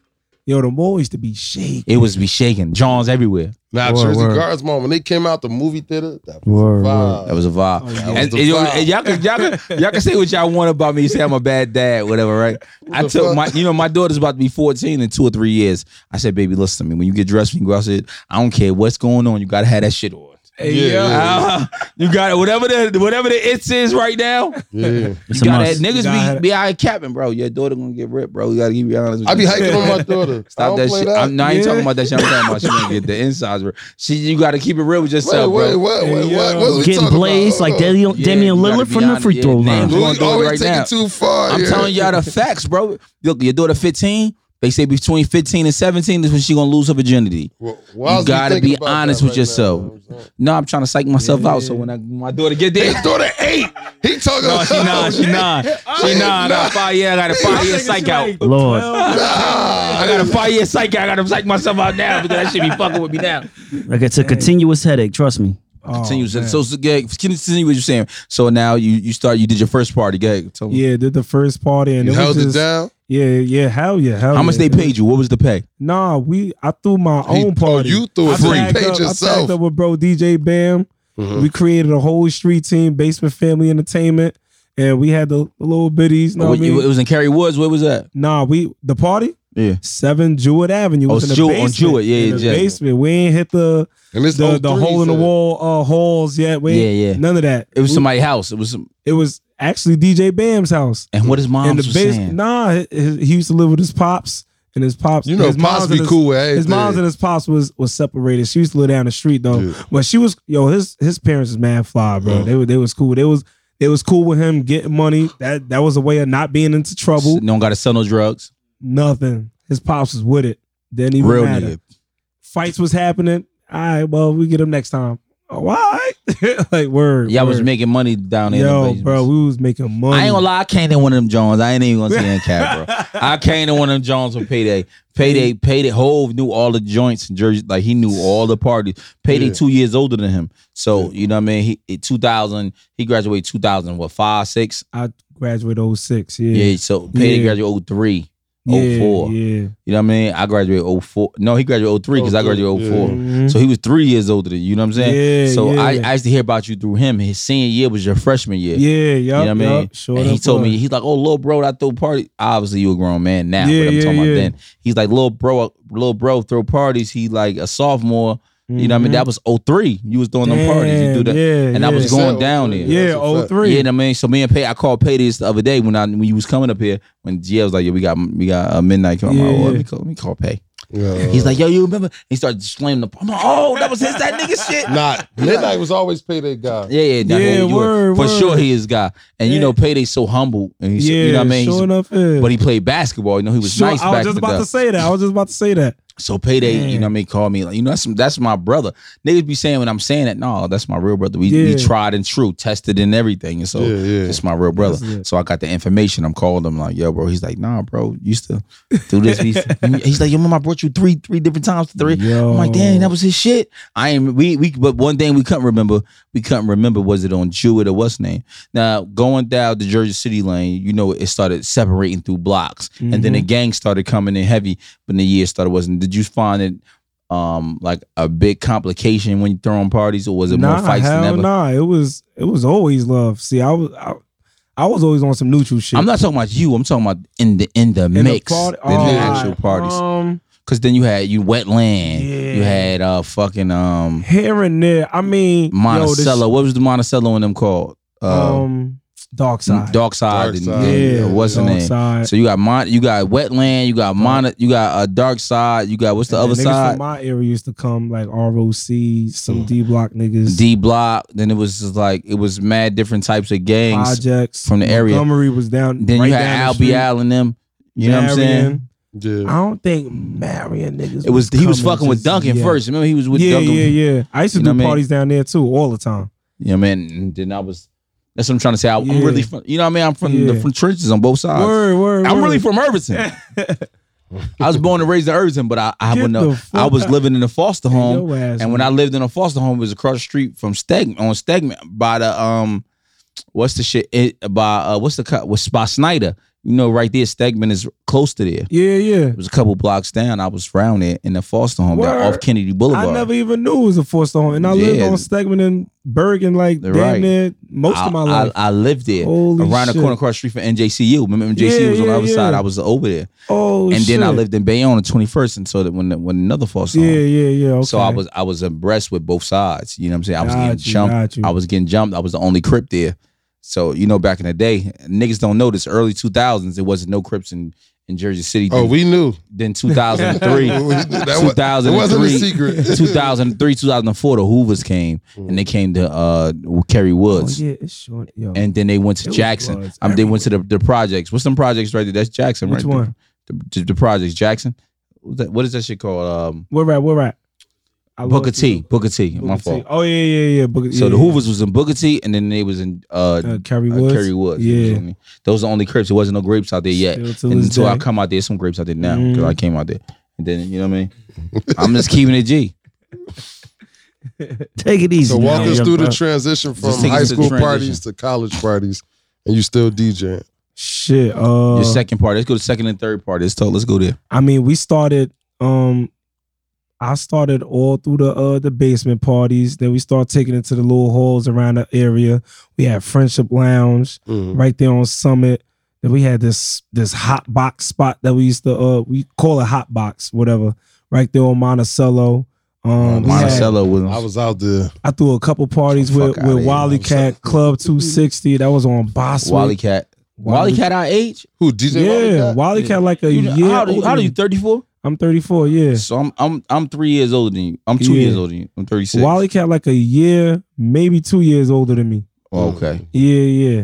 [SPEAKER 4] Yo, the mall used to be shaking.
[SPEAKER 3] It was be shaking. Johns everywhere.
[SPEAKER 2] Nah,
[SPEAKER 4] Word,
[SPEAKER 2] Jersey
[SPEAKER 4] word.
[SPEAKER 2] Guards mall. When they came out the movie theater, that was
[SPEAKER 4] Word,
[SPEAKER 2] a vibe.
[SPEAKER 3] That was a vibe.
[SPEAKER 4] yeah.
[SPEAKER 3] and,
[SPEAKER 2] Oh, That was the
[SPEAKER 3] and yo-
[SPEAKER 2] vibe.
[SPEAKER 3] and y'all, can, y'all, can, y'all can say what y'all want about me. You say I'm a bad dad, whatever, right? I
[SPEAKER 2] the
[SPEAKER 3] took
[SPEAKER 2] fuck?
[SPEAKER 3] my, you know, my daughter's about to be 14 in two or three years. I said, baby, listen to me. When you get dressed, when you go outside, I don't care what's going on. You gotta have that shit on.
[SPEAKER 2] Yeah, yeah,
[SPEAKER 3] Uh, you got it. Whatever the whatever the it is right now,
[SPEAKER 2] yeah.
[SPEAKER 3] you
[SPEAKER 5] It's a
[SPEAKER 3] got that
[SPEAKER 5] must.
[SPEAKER 4] You
[SPEAKER 3] niggas
[SPEAKER 4] gotta-
[SPEAKER 3] be be out here capping, bro. Your daughter gonna get ripped, bro. You gotta keep be honest. With
[SPEAKER 2] I be
[SPEAKER 3] you.
[SPEAKER 2] hiking on my daughter. I
[SPEAKER 3] Stop
[SPEAKER 2] don't
[SPEAKER 3] that
[SPEAKER 2] play
[SPEAKER 3] shit. I'm not even
[SPEAKER 4] Yeah.
[SPEAKER 3] talking about that shit. I'm talking about she gonna get the insides. Bro. She, you gotta keep it real with
[SPEAKER 2] Wait,
[SPEAKER 3] yourself,
[SPEAKER 2] wait,
[SPEAKER 3] bro.
[SPEAKER 2] wait, wait,
[SPEAKER 4] Hey,
[SPEAKER 2] what?
[SPEAKER 4] yo.
[SPEAKER 2] What are we
[SPEAKER 5] Getting
[SPEAKER 2] talking
[SPEAKER 5] blazed
[SPEAKER 2] about?
[SPEAKER 5] like Deli-
[SPEAKER 3] Yeah,
[SPEAKER 5] Damian
[SPEAKER 3] you gotta
[SPEAKER 5] Lillard
[SPEAKER 3] be
[SPEAKER 5] from the
[SPEAKER 3] honest.
[SPEAKER 5] free
[SPEAKER 3] Yeah,
[SPEAKER 5] throw
[SPEAKER 3] damn.
[SPEAKER 5] line.
[SPEAKER 3] Louis
[SPEAKER 2] Louis
[SPEAKER 3] Going through it
[SPEAKER 2] always
[SPEAKER 3] right
[SPEAKER 2] taking
[SPEAKER 3] now.
[SPEAKER 2] too far.
[SPEAKER 3] I'm
[SPEAKER 2] yeah.
[SPEAKER 3] telling y'all the facts, bro. Look, your daughter 15. They say between 15 and 17 is when she gonna lose her virginity.
[SPEAKER 2] Well, why was
[SPEAKER 3] you gotta
[SPEAKER 2] thinking
[SPEAKER 3] be
[SPEAKER 2] about
[SPEAKER 3] honest
[SPEAKER 2] that
[SPEAKER 3] with
[SPEAKER 2] right now?
[SPEAKER 3] yourself. No, I'm trying to psych myself out. So when I, my daughter get there,
[SPEAKER 2] His daughter eight. He talking
[SPEAKER 3] No,
[SPEAKER 2] about
[SPEAKER 3] she nah, she nah. She nah. I got a five year, I got a five year
[SPEAKER 4] Niggas
[SPEAKER 3] psych
[SPEAKER 4] like
[SPEAKER 3] out.
[SPEAKER 4] 12,
[SPEAKER 5] Lord.
[SPEAKER 3] I got a five year psych out. I gotta psych myself out now because that shit be fucking with me now.
[SPEAKER 5] Like it's a continuous headache. Trust me.
[SPEAKER 4] Oh,
[SPEAKER 3] Continue. So,
[SPEAKER 4] man.
[SPEAKER 3] so, so yeah, continue what you're saying. So now you you start. You did your first party. Go ahead, tell me.
[SPEAKER 4] yeah, did the first party and
[SPEAKER 2] You
[SPEAKER 4] it
[SPEAKER 2] held
[SPEAKER 4] was
[SPEAKER 2] it
[SPEAKER 4] just,
[SPEAKER 2] down.
[SPEAKER 4] yeah, yeah, hell yeah, hell
[SPEAKER 3] How much
[SPEAKER 4] yeah.
[SPEAKER 3] they paid you? What was the pay?
[SPEAKER 4] Nah, we I threw my
[SPEAKER 2] He-
[SPEAKER 4] own party.
[SPEAKER 2] Oh, you threw
[SPEAKER 4] I
[SPEAKER 2] it free.
[SPEAKER 4] tagged
[SPEAKER 2] Paid
[SPEAKER 4] up- I
[SPEAKER 2] yourself.
[SPEAKER 4] tagged up with bro DJ Bam.
[SPEAKER 2] Mhm.
[SPEAKER 4] We created a whole street team, Basement Family Entertainment, and we had the little biddies. Know
[SPEAKER 3] Oh,
[SPEAKER 4] what I
[SPEAKER 3] it,
[SPEAKER 4] mean?
[SPEAKER 3] it was in Cary Woods. Where was that?
[SPEAKER 4] nah, we the party
[SPEAKER 3] Yeah.
[SPEAKER 4] Seven Jewett Avenue
[SPEAKER 3] Oh,
[SPEAKER 4] was in the
[SPEAKER 3] Jewett- on
[SPEAKER 4] basement.
[SPEAKER 3] Jewett, yeah,
[SPEAKER 4] in the
[SPEAKER 3] yeah.
[SPEAKER 4] basement. We ain't hit the
[SPEAKER 2] And it's
[SPEAKER 4] the, the
[SPEAKER 2] 03,
[SPEAKER 4] hole in the
[SPEAKER 2] so-
[SPEAKER 4] wall uh, halls yet. We ain't-
[SPEAKER 3] Yeah, yeah.
[SPEAKER 4] None of that.
[SPEAKER 3] It was
[SPEAKER 4] We-
[SPEAKER 3] somebody's house. It was. Some,
[SPEAKER 4] It was actually DJ Bam's house.
[SPEAKER 3] and what his mom
[SPEAKER 4] in the
[SPEAKER 3] was
[SPEAKER 4] basement.
[SPEAKER 3] saying.
[SPEAKER 4] Nah, he, he used to live with his pops, and his pops.
[SPEAKER 2] You know,
[SPEAKER 4] his moms
[SPEAKER 2] pops
[SPEAKER 4] and
[SPEAKER 2] be
[SPEAKER 4] his-
[SPEAKER 2] cool with
[SPEAKER 4] His moms and
[SPEAKER 2] everything.
[SPEAKER 4] his pops was was separated. She used to live down the street though,
[SPEAKER 2] Yeah.
[SPEAKER 4] but she was yo. His his parents was mad fly, bro. They were they was cool. They was they was cool with him getting money. That that was a way of not being into trouble.
[SPEAKER 3] Don't got to sell no drugs.
[SPEAKER 4] Nothing. His pops was with it. Didn't even
[SPEAKER 3] Real
[SPEAKER 4] matter.
[SPEAKER 3] nigga.
[SPEAKER 4] Fights was happening. All right, well we get him next time. Oh, all right, like word.
[SPEAKER 3] Y'all was
[SPEAKER 4] word.
[SPEAKER 3] making money down there. in the
[SPEAKER 4] Yo,
[SPEAKER 3] basements.
[SPEAKER 4] bro, we was making money.
[SPEAKER 3] I ain't gonna lie, I came in one of them Jones. I ain't even gonna say in cap, bro. I came in one of them Jones for payday. Payday, payday. Hove knew all the joints in Jersey. Like he knew all the parties. Payday
[SPEAKER 2] Yeah.
[SPEAKER 3] two years older than him. So you know what I mean. He in 2000. He graduated 2000. What five, six?
[SPEAKER 4] I graduated 06,
[SPEAKER 3] Yeah. oh so payday
[SPEAKER 4] Yeah.
[SPEAKER 3] graduated 03.
[SPEAKER 4] yeah,
[SPEAKER 3] 04.
[SPEAKER 4] Yeah.
[SPEAKER 3] You know what I mean? I graduated 04. No, he graduated 03 because I
[SPEAKER 2] 03,
[SPEAKER 3] graduated
[SPEAKER 2] yeah.
[SPEAKER 3] 04. So he was three years older than you. You know what I'm saying?
[SPEAKER 4] Yeah,
[SPEAKER 3] so I,
[SPEAKER 4] yeah.
[SPEAKER 3] I used to hear about you through him. His senior year was your freshman year. You
[SPEAKER 4] yeah, yup,
[SPEAKER 3] know what I mean?
[SPEAKER 4] yup, sure
[SPEAKER 3] and he
[SPEAKER 4] enough
[SPEAKER 3] told me,
[SPEAKER 4] was.
[SPEAKER 3] he's like, oh, little bro, I throw party. Obviously, you a grown man now,
[SPEAKER 4] Yeah,
[SPEAKER 3] but I'm
[SPEAKER 4] yeah,
[SPEAKER 3] talking
[SPEAKER 4] yeah.
[SPEAKER 3] about then. He's like, little bro, little bro, throw parties. He like a sophomore. You know what I mean? That was 03. You was throwing them parties. You do
[SPEAKER 4] Mm-hmm. Damn,
[SPEAKER 3] that.
[SPEAKER 4] Mm-hmm. Yeah,
[SPEAKER 3] and I
[SPEAKER 4] yeah.
[SPEAKER 3] was going down there.
[SPEAKER 2] that's a
[SPEAKER 4] Yeah,
[SPEAKER 2] fact.
[SPEAKER 4] 03.
[SPEAKER 3] Yeah, oh you know what I mean? So me and Pay, I called Pay this the other day when I when you was coming up here. When GL was like, yo, we got we got uh, midnight coming. I'm like,
[SPEAKER 4] Yeah,
[SPEAKER 3] oh, let
[SPEAKER 4] yeah.
[SPEAKER 3] me call, let me call Pay.
[SPEAKER 2] Yeah.
[SPEAKER 3] He's like, yo, you remember? He started slamming the. I'm like, oh, that was his that nigga shit.
[SPEAKER 2] Not midnight was always payday guy.
[SPEAKER 3] Yeah, yeah, nah,
[SPEAKER 4] Yeah,
[SPEAKER 3] he- you-
[SPEAKER 4] word,
[SPEAKER 3] for
[SPEAKER 4] word.
[SPEAKER 3] sure he is guy. And you
[SPEAKER 4] Yeah.
[SPEAKER 3] know, Payday's so humble, and he's,
[SPEAKER 4] yeah,
[SPEAKER 3] you know what I mean.
[SPEAKER 4] Sure
[SPEAKER 3] He's-
[SPEAKER 4] enough, yeah.
[SPEAKER 3] but he played basketball. You know, he was
[SPEAKER 4] Sure,
[SPEAKER 3] nice
[SPEAKER 4] I was
[SPEAKER 3] back
[SPEAKER 4] just
[SPEAKER 3] in the
[SPEAKER 4] about
[SPEAKER 3] day.
[SPEAKER 4] to say that. I was just about to say that.
[SPEAKER 3] So Payday, you
[SPEAKER 4] Man.
[SPEAKER 3] know what I mean, called me like, you know, that's that's my brother. Niggas be saying when I'm saying that, no, that's my real brother. We, we
[SPEAKER 4] Yeah.
[SPEAKER 3] tried and true, tested and everything, and so
[SPEAKER 2] Yeah, yeah.
[SPEAKER 3] it's my real
[SPEAKER 4] That's
[SPEAKER 3] brother.
[SPEAKER 4] it.
[SPEAKER 3] So I got the information. I'm calling him like, yo, bro. He's like, nah, bro, you used to do this. We- He's like, yo, mom, I brought you three three different times, three.
[SPEAKER 4] Yo.
[SPEAKER 3] I'm like,
[SPEAKER 4] Oh.
[SPEAKER 3] dang, that was his shit. I am we we but one thing we couldn't remember, we couldn't remember was it on Jewett or what's name. Now going down the Jersey City lane, you know it started
[SPEAKER 4] Mm-hmm.
[SPEAKER 3] separating through blocks, and then the gang started coming in heavy. But the year started wasn't. Did you find it um like a big complication when you throwing parties, or was it
[SPEAKER 4] nah,
[SPEAKER 3] more fights
[SPEAKER 4] hell
[SPEAKER 3] than ever?
[SPEAKER 4] Nah, it was it was always love. See, I was I, I was always on some neutral shit.
[SPEAKER 3] I'm not talking about you. I'm talking about in the in the
[SPEAKER 4] In
[SPEAKER 3] mix,
[SPEAKER 4] party-
[SPEAKER 3] the
[SPEAKER 4] oh,
[SPEAKER 3] actual
[SPEAKER 4] alright.
[SPEAKER 3] parties.
[SPEAKER 4] Um,
[SPEAKER 3] Because then you had you wetland, you
[SPEAKER 4] Yeah.
[SPEAKER 3] had uh fucking um
[SPEAKER 4] here and there. I mean,
[SPEAKER 3] Monticello.
[SPEAKER 4] Yo,
[SPEAKER 3] what was the Monticello and them called?
[SPEAKER 4] this,
[SPEAKER 3] Uh,
[SPEAKER 4] um, dark side.
[SPEAKER 3] Dark Side.
[SPEAKER 2] Dark
[SPEAKER 3] and-
[SPEAKER 2] Side,
[SPEAKER 4] yeah,
[SPEAKER 3] uh, What's the
[SPEAKER 4] dark
[SPEAKER 3] name?
[SPEAKER 4] Side.
[SPEAKER 3] So you got Mon, you got Wetland, you got Mon, you got uh, Dark Side, you got what's the
[SPEAKER 4] And
[SPEAKER 3] other
[SPEAKER 4] niggas
[SPEAKER 3] side?
[SPEAKER 4] From my area used to come like ROC, some D block niggas,
[SPEAKER 3] D Block. Then it was just like it was mad different types of gangs.
[SPEAKER 4] projects
[SPEAKER 3] from the area.
[SPEAKER 4] Montgomery was down.
[SPEAKER 3] Then
[SPEAKER 4] right
[SPEAKER 3] you
[SPEAKER 4] down the
[SPEAKER 3] had Albie
[SPEAKER 4] street.
[SPEAKER 3] Al and them. You know what I'm saying?
[SPEAKER 4] Marion.
[SPEAKER 2] Yeah.
[SPEAKER 4] I don't think Marion niggas.
[SPEAKER 3] It was he was
[SPEAKER 4] coming
[SPEAKER 3] fucking with
[SPEAKER 4] just
[SPEAKER 3] Duncan
[SPEAKER 4] yet.
[SPEAKER 3] first. Remember he was with
[SPEAKER 4] yeah,
[SPEAKER 3] Duncan.
[SPEAKER 4] yeah, yeah. I used to
[SPEAKER 3] You know
[SPEAKER 4] do
[SPEAKER 3] what I mean?
[SPEAKER 4] parties down there too, all the time.
[SPEAKER 3] You know what I mean? And then I was. That's what I'm trying to say. I,
[SPEAKER 4] Yeah.
[SPEAKER 3] I'm really from. You know what I mean? I'm from the
[SPEAKER 4] Yeah.
[SPEAKER 3] from trenches on both sides.
[SPEAKER 4] word, word.
[SPEAKER 3] Uh, I'm
[SPEAKER 4] word.
[SPEAKER 3] really from Irvington. Mm. I was born and raised in Irvington, but I I
[SPEAKER 4] Get
[SPEAKER 3] wouldn't
[SPEAKER 4] the
[SPEAKER 3] know.
[SPEAKER 4] fuck
[SPEAKER 3] I was
[SPEAKER 4] out.
[SPEAKER 3] living in a foster
[SPEAKER 4] Hey,
[SPEAKER 3] home.
[SPEAKER 4] your ass,
[SPEAKER 3] And when I
[SPEAKER 4] man.
[SPEAKER 3] lived in a foster home, it was across the street from Stegman on Stegman by the um, what's the shit? It, by uh, what's the cut? Was by Snyder? You know, right there, Stegman is close to there.
[SPEAKER 4] yeah, yeah.
[SPEAKER 3] It was a couple blocks down. I was around there in the foster home down
[SPEAKER 4] Word.
[SPEAKER 3] off Kennedy Boulevard.
[SPEAKER 4] I never even knew it was a foster home, and I lived
[SPEAKER 3] Yeah.
[SPEAKER 4] on Stegman and Bergen like damn
[SPEAKER 3] Right.
[SPEAKER 4] near most
[SPEAKER 3] I,
[SPEAKER 4] of
[SPEAKER 3] I-
[SPEAKER 4] my life.
[SPEAKER 3] I, lived there
[SPEAKER 4] Holy
[SPEAKER 3] around
[SPEAKER 4] shit.
[SPEAKER 3] the corner across the street from NJCU. Remember NJCU
[SPEAKER 4] Yeah,
[SPEAKER 3] was on the
[SPEAKER 4] yeah,
[SPEAKER 3] other side.
[SPEAKER 4] yeah.
[SPEAKER 3] I was over there,
[SPEAKER 4] oh,
[SPEAKER 3] and
[SPEAKER 4] shit.
[SPEAKER 3] then I lived in Bayonne on 21st, and so that when when another foster
[SPEAKER 4] Yeah,
[SPEAKER 3] home.
[SPEAKER 4] yeah, yeah. Okay.
[SPEAKER 3] So I was I was impressed with both sides. You know what I'm saying? I was
[SPEAKER 4] Got
[SPEAKER 3] getting
[SPEAKER 4] you, got
[SPEAKER 3] jumped.
[SPEAKER 4] you.
[SPEAKER 3] I was getting jumped. I was the only Crip there. So you know, back in the day, niggas don't know this. Early 2000s, there wasn't no Crips in, in Jersey City.
[SPEAKER 2] Oh, we knew.
[SPEAKER 3] then 2003,
[SPEAKER 2] That was- it
[SPEAKER 3] 2003,
[SPEAKER 2] wasn't a secret.
[SPEAKER 3] 2003, 2004, the Hoovers came and they came to uh Kerry
[SPEAKER 4] Oh,
[SPEAKER 3] Woods.
[SPEAKER 4] yeah, it's short. Yo,
[SPEAKER 3] And then they went to
[SPEAKER 4] It was
[SPEAKER 3] Jackson.
[SPEAKER 4] bloods
[SPEAKER 3] Um, they went to the, the projects. What's some projects right there? That's Jackson,
[SPEAKER 4] which
[SPEAKER 3] right? there.
[SPEAKER 4] one?
[SPEAKER 3] The, the, the projects. Jackson. What's that- What is that shit called? Um,
[SPEAKER 4] Where at? Where at? I love
[SPEAKER 3] Booker
[SPEAKER 4] you.
[SPEAKER 3] T. Booker T.
[SPEAKER 4] Booker
[SPEAKER 3] my
[SPEAKER 4] T.
[SPEAKER 3] fault.
[SPEAKER 4] Oh yeah, yeah, yeah. Booker,
[SPEAKER 3] So
[SPEAKER 4] yeah,
[SPEAKER 3] the Hoovers was in Booker T, and then they was in uh,
[SPEAKER 4] yeah. uh, Kerry
[SPEAKER 3] uh,
[SPEAKER 4] Woods.
[SPEAKER 3] Kerry Woods.
[SPEAKER 4] Yeah.
[SPEAKER 3] You feel me? Those are the only Crips. There wasn't no grapes out there yet.
[SPEAKER 4] Still to
[SPEAKER 3] And
[SPEAKER 4] this
[SPEAKER 3] until I
[SPEAKER 4] day.
[SPEAKER 3] come out there, some grapes out there now because
[SPEAKER 4] Mm.
[SPEAKER 3] I came out there. And then you know what I mean. I'm just keeping it G.
[SPEAKER 5] Take it easy.
[SPEAKER 2] So walk
[SPEAKER 5] now,
[SPEAKER 2] us
[SPEAKER 5] young
[SPEAKER 2] through the
[SPEAKER 5] bro.
[SPEAKER 2] transition from
[SPEAKER 3] Just take us
[SPEAKER 2] high
[SPEAKER 3] to the
[SPEAKER 2] school parties
[SPEAKER 3] transition.
[SPEAKER 2] to college parties, and you still DJing.
[SPEAKER 4] Shit. Uh,
[SPEAKER 3] Your second part. Let's go to second and third part. Let's talk. Let's go there.
[SPEAKER 4] I mean, we started. Um, I started all through the uh the basement parties. Then we started taking it to the little halls around the area. We had Friendship Lounge
[SPEAKER 2] Mhm.
[SPEAKER 4] right there on Summit. Then we had this this hot box spot that we used to uh we call it hot box whatever right there on Monticello. Um, we had-
[SPEAKER 3] Monticello was.
[SPEAKER 2] I was out there.
[SPEAKER 4] I threw a couple parties
[SPEAKER 3] Fuck
[SPEAKER 4] with
[SPEAKER 3] outta
[SPEAKER 4] with
[SPEAKER 3] here,
[SPEAKER 4] Wally
[SPEAKER 3] I'm sorry.
[SPEAKER 4] Cat Club 260. That was on Boss.
[SPEAKER 3] Wally Cat. Wally Cat our age?
[SPEAKER 2] Who DJ? Wally
[SPEAKER 4] Yeah,
[SPEAKER 2] Cat?
[SPEAKER 4] Wally Cat like a
[SPEAKER 3] You,
[SPEAKER 4] year.
[SPEAKER 3] how, do you, how
[SPEAKER 4] older
[SPEAKER 3] do you
[SPEAKER 4] than-
[SPEAKER 3] 34?
[SPEAKER 4] I'm 34. Yeah.
[SPEAKER 3] So I'm I'm I'm three years older than you. I'm two
[SPEAKER 4] Yeah.
[SPEAKER 3] years older than you. I'm 36.
[SPEAKER 4] Wally Cat like a year, maybe two years older than me.
[SPEAKER 3] Oh, Okay.
[SPEAKER 4] Yeah, yeah,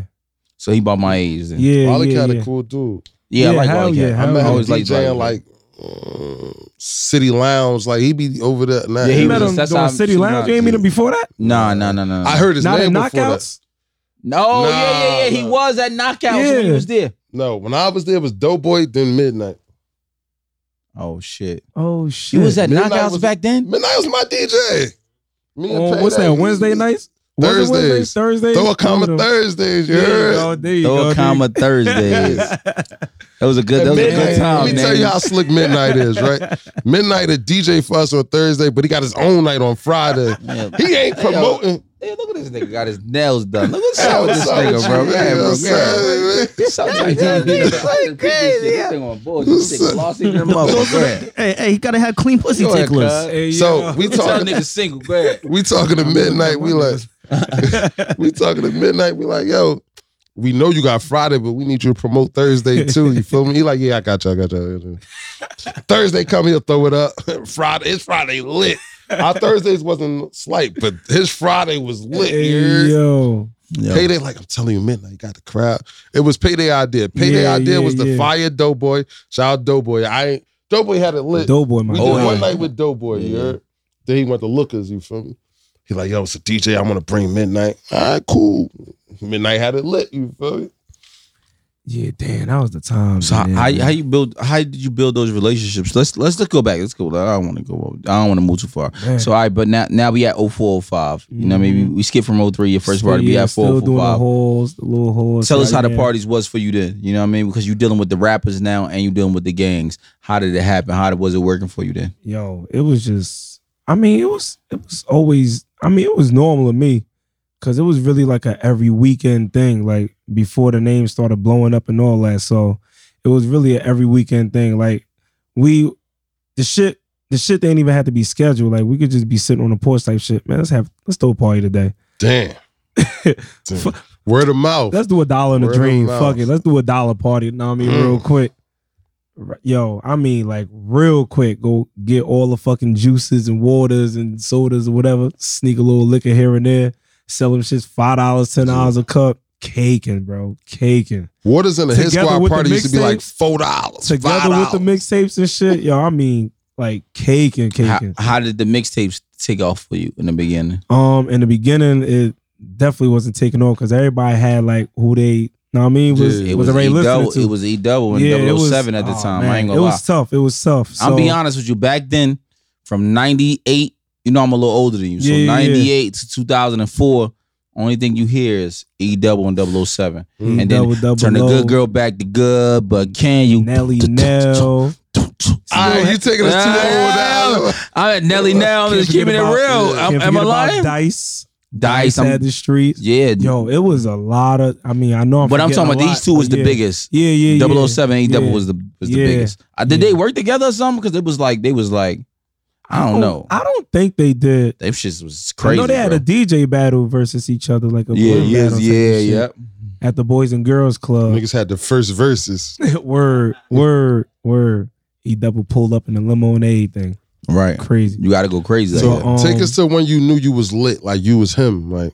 [SPEAKER 3] So he about my age then.
[SPEAKER 4] yeah.
[SPEAKER 2] Wally
[SPEAKER 4] yeah,
[SPEAKER 2] Cat
[SPEAKER 4] yeah.
[SPEAKER 2] a cool dude.
[SPEAKER 3] Yeah, I
[SPEAKER 4] Yeah,
[SPEAKER 3] like
[SPEAKER 4] hell
[SPEAKER 3] Wally Cat.
[SPEAKER 4] yeah,
[SPEAKER 2] I
[SPEAKER 4] hell
[SPEAKER 2] met
[SPEAKER 4] yeah.
[SPEAKER 2] him
[SPEAKER 3] always liked
[SPEAKER 2] DJing
[SPEAKER 3] Wally
[SPEAKER 2] like um, City Lounge. Like he be over there. Nah,
[SPEAKER 3] Yeah,
[SPEAKER 4] You
[SPEAKER 3] he
[SPEAKER 4] met
[SPEAKER 3] was-
[SPEAKER 4] him
[SPEAKER 3] that's
[SPEAKER 4] doing
[SPEAKER 3] how
[SPEAKER 4] City
[SPEAKER 3] she
[SPEAKER 4] Lounge.
[SPEAKER 3] knocked
[SPEAKER 4] You ain't meet him
[SPEAKER 3] it.
[SPEAKER 4] before that.
[SPEAKER 3] Nah, nah, nah, nah.
[SPEAKER 2] uh, I heard his
[SPEAKER 4] Not
[SPEAKER 2] name
[SPEAKER 4] in
[SPEAKER 2] before that.
[SPEAKER 4] knockouts.
[SPEAKER 3] No, yeah, yeah, yeah. He
[SPEAKER 2] Nah.
[SPEAKER 3] was at knockouts when he
[SPEAKER 4] Yeah.
[SPEAKER 3] was there.
[SPEAKER 2] No, when I was there, it was Doughboy then Midnight.
[SPEAKER 3] Oh shit.
[SPEAKER 4] Oh
[SPEAKER 3] He
[SPEAKER 4] shit.
[SPEAKER 3] was at
[SPEAKER 2] Midnight
[SPEAKER 3] knockouts
[SPEAKER 2] was-
[SPEAKER 3] back then?
[SPEAKER 2] Midnight was my DJ. Me and
[SPEAKER 4] On,
[SPEAKER 2] Payday.
[SPEAKER 4] Oh, what's that? Wednesday nights. Was it
[SPEAKER 2] Thursdays.
[SPEAKER 4] Wednesdays, Thursdays.
[SPEAKER 2] Throw a comma
[SPEAKER 4] Hold on.
[SPEAKER 2] Thursdays. You
[SPEAKER 4] Yeah,
[SPEAKER 2] heard?
[SPEAKER 4] dog, there you
[SPEAKER 3] Throw
[SPEAKER 4] go,
[SPEAKER 3] a
[SPEAKER 4] dude.
[SPEAKER 3] comma Thursdays. That was a good that was a
[SPEAKER 2] Midnight-
[SPEAKER 3] good time.
[SPEAKER 2] Let me
[SPEAKER 3] man.
[SPEAKER 2] tell you how slick Midnight is, right? Midnight a DJ for us on Thursday, but he got his own night on Friday.
[SPEAKER 3] Yeah.
[SPEAKER 2] He ain't promoting.
[SPEAKER 3] Hey, look at this nigga got his nails done. Look what's
[SPEAKER 2] Hey,
[SPEAKER 3] up with
[SPEAKER 2] what's
[SPEAKER 3] this
[SPEAKER 2] up
[SPEAKER 3] nigga,
[SPEAKER 2] with
[SPEAKER 3] bro.
[SPEAKER 2] you?
[SPEAKER 3] Man,
[SPEAKER 2] You know
[SPEAKER 3] bro,
[SPEAKER 2] what I'm
[SPEAKER 3] man.
[SPEAKER 2] saying, man?
[SPEAKER 3] Sometimes
[SPEAKER 5] Yeah,
[SPEAKER 3] you
[SPEAKER 5] yeah,
[SPEAKER 3] need to fucking keep this shit- this thing on bullshit. This
[SPEAKER 2] What's
[SPEAKER 3] nigga
[SPEAKER 2] up?
[SPEAKER 3] lost in your mother. Go ahead.
[SPEAKER 5] Hey, hey, he gotta have clean pussy
[SPEAKER 3] Go ahead,
[SPEAKER 5] ticklers.
[SPEAKER 3] cuz.
[SPEAKER 4] Hey,
[SPEAKER 2] So
[SPEAKER 4] yo.
[SPEAKER 2] we
[SPEAKER 3] Tell
[SPEAKER 2] talking,
[SPEAKER 3] niggas single. Go ahead.
[SPEAKER 2] we talking to midnight. We like, we talking to midnight. We like, yo, we know you got Friday, but we need you to promote Thursday too. You feel me? He like, yeah, I got you, I got you. I got you. Thursday come, he'll throw it up. Friday, his Friday lit. Our Thursdays wasn't slight, but his Friday was lit.
[SPEAKER 4] Hey,
[SPEAKER 2] you heard?
[SPEAKER 4] yo.
[SPEAKER 2] Payday, like I'm telling you, midnight you got the crowd. It was payday idea. Payday
[SPEAKER 4] Yeah,
[SPEAKER 2] idea
[SPEAKER 4] yeah,
[SPEAKER 2] was the
[SPEAKER 4] yeah.
[SPEAKER 2] fire Doughboy. Shout out Doughboy. I ain't Doughboy had it lit.
[SPEAKER 4] Doughboy, my
[SPEAKER 2] we
[SPEAKER 4] guy.
[SPEAKER 2] did
[SPEAKER 3] Oh,
[SPEAKER 2] one
[SPEAKER 3] yeah.
[SPEAKER 2] night with Doughboy. You
[SPEAKER 3] Yeah.
[SPEAKER 2] heard? Then he went to Lookers. You feel me? He like, yo, it's a DJ. I want to bring midnight. All right, cool. Midnight had it lit. You feel me?
[SPEAKER 4] Yeah, damn, that was the time.
[SPEAKER 3] So how,
[SPEAKER 4] man.
[SPEAKER 3] how how you build how did you build those relationships? Let's let's let's go back. Let's go. I don't want to go. I don't want to move too far.
[SPEAKER 4] Man.
[SPEAKER 3] So all right, but now now we at 0405. You know, maybe we skip from 03, your first
[SPEAKER 4] Mm-hmm. Still,
[SPEAKER 3] party. We
[SPEAKER 4] yeah,
[SPEAKER 3] at
[SPEAKER 4] still doing the
[SPEAKER 3] 0405.
[SPEAKER 4] holes, the little holes.
[SPEAKER 3] Tell us how the
[SPEAKER 4] yeah.
[SPEAKER 3] parties was for you then. You know what I mean? Because you dealing with the rappers now and you dealing with the gangs. How did it happen? How did, was it working for you then?
[SPEAKER 4] yo, it was just. I mean, it was it was always. I mean, it was normal to me, cause it was really like a every weekend thing. Like before the name started blowing up and all that, so it was really a every weekend thing. Like we, the shit, the shit didn't even have to be scheduled. Like we could just be sitting on the porch type shit. Man, let's have let's throw a party today.
[SPEAKER 2] Damn. Damn. Word of mouth.
[SPEAKER 4] Let's do a dollar and a
[SPEAKER 2] Word of
[SPEAKER 4] dream.
[SPEAKER 2] mouth.
[SPEAKER 4] Fuck it. Let's do a dollar party. Know what I mean?
[SPEAKER 2] Mm.
[SPEAKER 4] Real quick. Right- Yo, I mean, like, real quick, go get all the fucking juices and waters and sodas or whatever. Sneak a little liquor here and there. Sell them shits $5, $10 a cup. Caking, bro. Caking.
[SPEAKER 2] Waters in the hit
[SPEAKER 4] Together
[SPEAKER 2] squad
[SPEAKER 4] with the
[SPEAKER 2] party used to be like
[SPEAKER 4] mixtapes.
[SPEAKER 2] four dollars.
[SPEAKER 4] Together with the mixtapes and shit. Yo, I mean, like, caking,
[SPEAKER 3] How,
[SPEAKER 4] caking.
[SPEAKER 3] how did the mixtapes take off for you in the beginning?
[SPEAKER 4] Um, in the beginning, it definitely wasn't taking off because everybody had, like, who they, know what I mean? Was,
[SPEAKER 2] Yeah.
[SPEAKER 3] It
[SPEAKER 4] was, already
[SPEAKER 3] E double,
[SPEAKER 4] listening to.
[SPEAKER 3] It was E double and
[SPEAKER 4] it was-
[SPEAKER 3] 007 at the
[SPEAKER 4] oh,
[SPEAKER 3] time. I
[SPEAKER 4] man,
[SPEAKER 3] ain't gonna
[SPEAKER 4] it
[SPEAKER 3] lie.
[SPEAKER 4] was tough. It was tough. So,
[SPEAKER 3] I'll be honest with you. Back then, from '98, you know I'm a little older than you. So
[SPEAKER 4] Yeah, yeah, yeah.
[SPEAKER 3] '98 to 2004, only thing you hear is E double and 007.
[SPEAKER 2] Mm.
[SPEAKER 3] And then
[SPEAKER 4] Double, double,
[SPEAKER 3] turn the
[SPEAKER 4] low.
[SPEAKER 3] good girl back to good, but can you?
[SPEAKER 4] Nelly Nell.
[SPEAKER 2] All right, you taking us too
[SPEAKER 3] Yeah.
[SPEAKER 2] old now.
[SPEAKER 3] I'm at Nelly now. I'm
[SPEAKER 4] Can't
[SPEAKER 3] just
[SPEAKER 4] forget
[SPEAKER 3] keeping it
[SPEAKER 4] about-
[SPEAKER 3] real.
[SPEAKER 4] yeah,
[SPEAKER 3] Am- Am
[SPEAKER 4] can't
[SPEAKER 3] I
[SPEAKER 4] forget about
[SPEAKER 3] lying?
[SPEAKER 4] Dice,
[SPEAKER 3] Dice.
[SPEAKER 4] had
[SPEAKER 3] I'm,
[SPEAKER 4] the streets.
[SPEAKER 3] yeah.
[SPEAKER 4] Yo, it was a lot of. I mean, I know, I'm
[SPEAKER 3] But I'm
[SPEAKER 4] forgetting
[SPEAKER 3] talking about
[SPEAKER 4] a lot,
[SPEAKER 3] these two was
[SPEAKER 4] but
[SPEAKER 3] the
[SPEAKER 4] yeah.
[SPEAKER 3] biggest.
[SPEAKER 4] Yeah, yeah, yeah.
[SPEAKER 3] 007 and E double was the was the
[SPEAKER 4] Yeah.
[SPEAKER 3] biggest. Uh, Did
[SPEAKER 4] Yeah.
[SPEAKER 3] they work together or something? Because it was like they was like I don't know.
[SPEAKER 4] I don't think they did.
[SPEAKER 3] Them shit was crazy.
[SPEAKER 4] I know they had
[SPEAKER 3] bro.
[SPEAKER 4] a DJ battle versus each other, like a
[SPEAKER 3] Yeah,
[SPEAKER 4] rap
[SPEAKER 3] yeah,
[SPEAKER 4] battle type
[SPEAKER 3] yeah,
[SPEAKER 4] of shit
[SPEAKER 3] yeah.
[SPEAKER 4] At the Boys and Girls Club.
[SPEAKER 2] Niggas had the first verses.
[SPEAKER 4] word, word, word. He double pulled up in the limo and everything.
[SPEAKER 3] Right.
[SPEAKER 4] Crazy.
[SPEAKER 3] You got to go crazy.
[SPEAKER 2] So
[SPEAKER 3] like that.
[SPEAKER 4] um,
[SPEAKER 2] take us to when you knew you was lit, like you was him. Like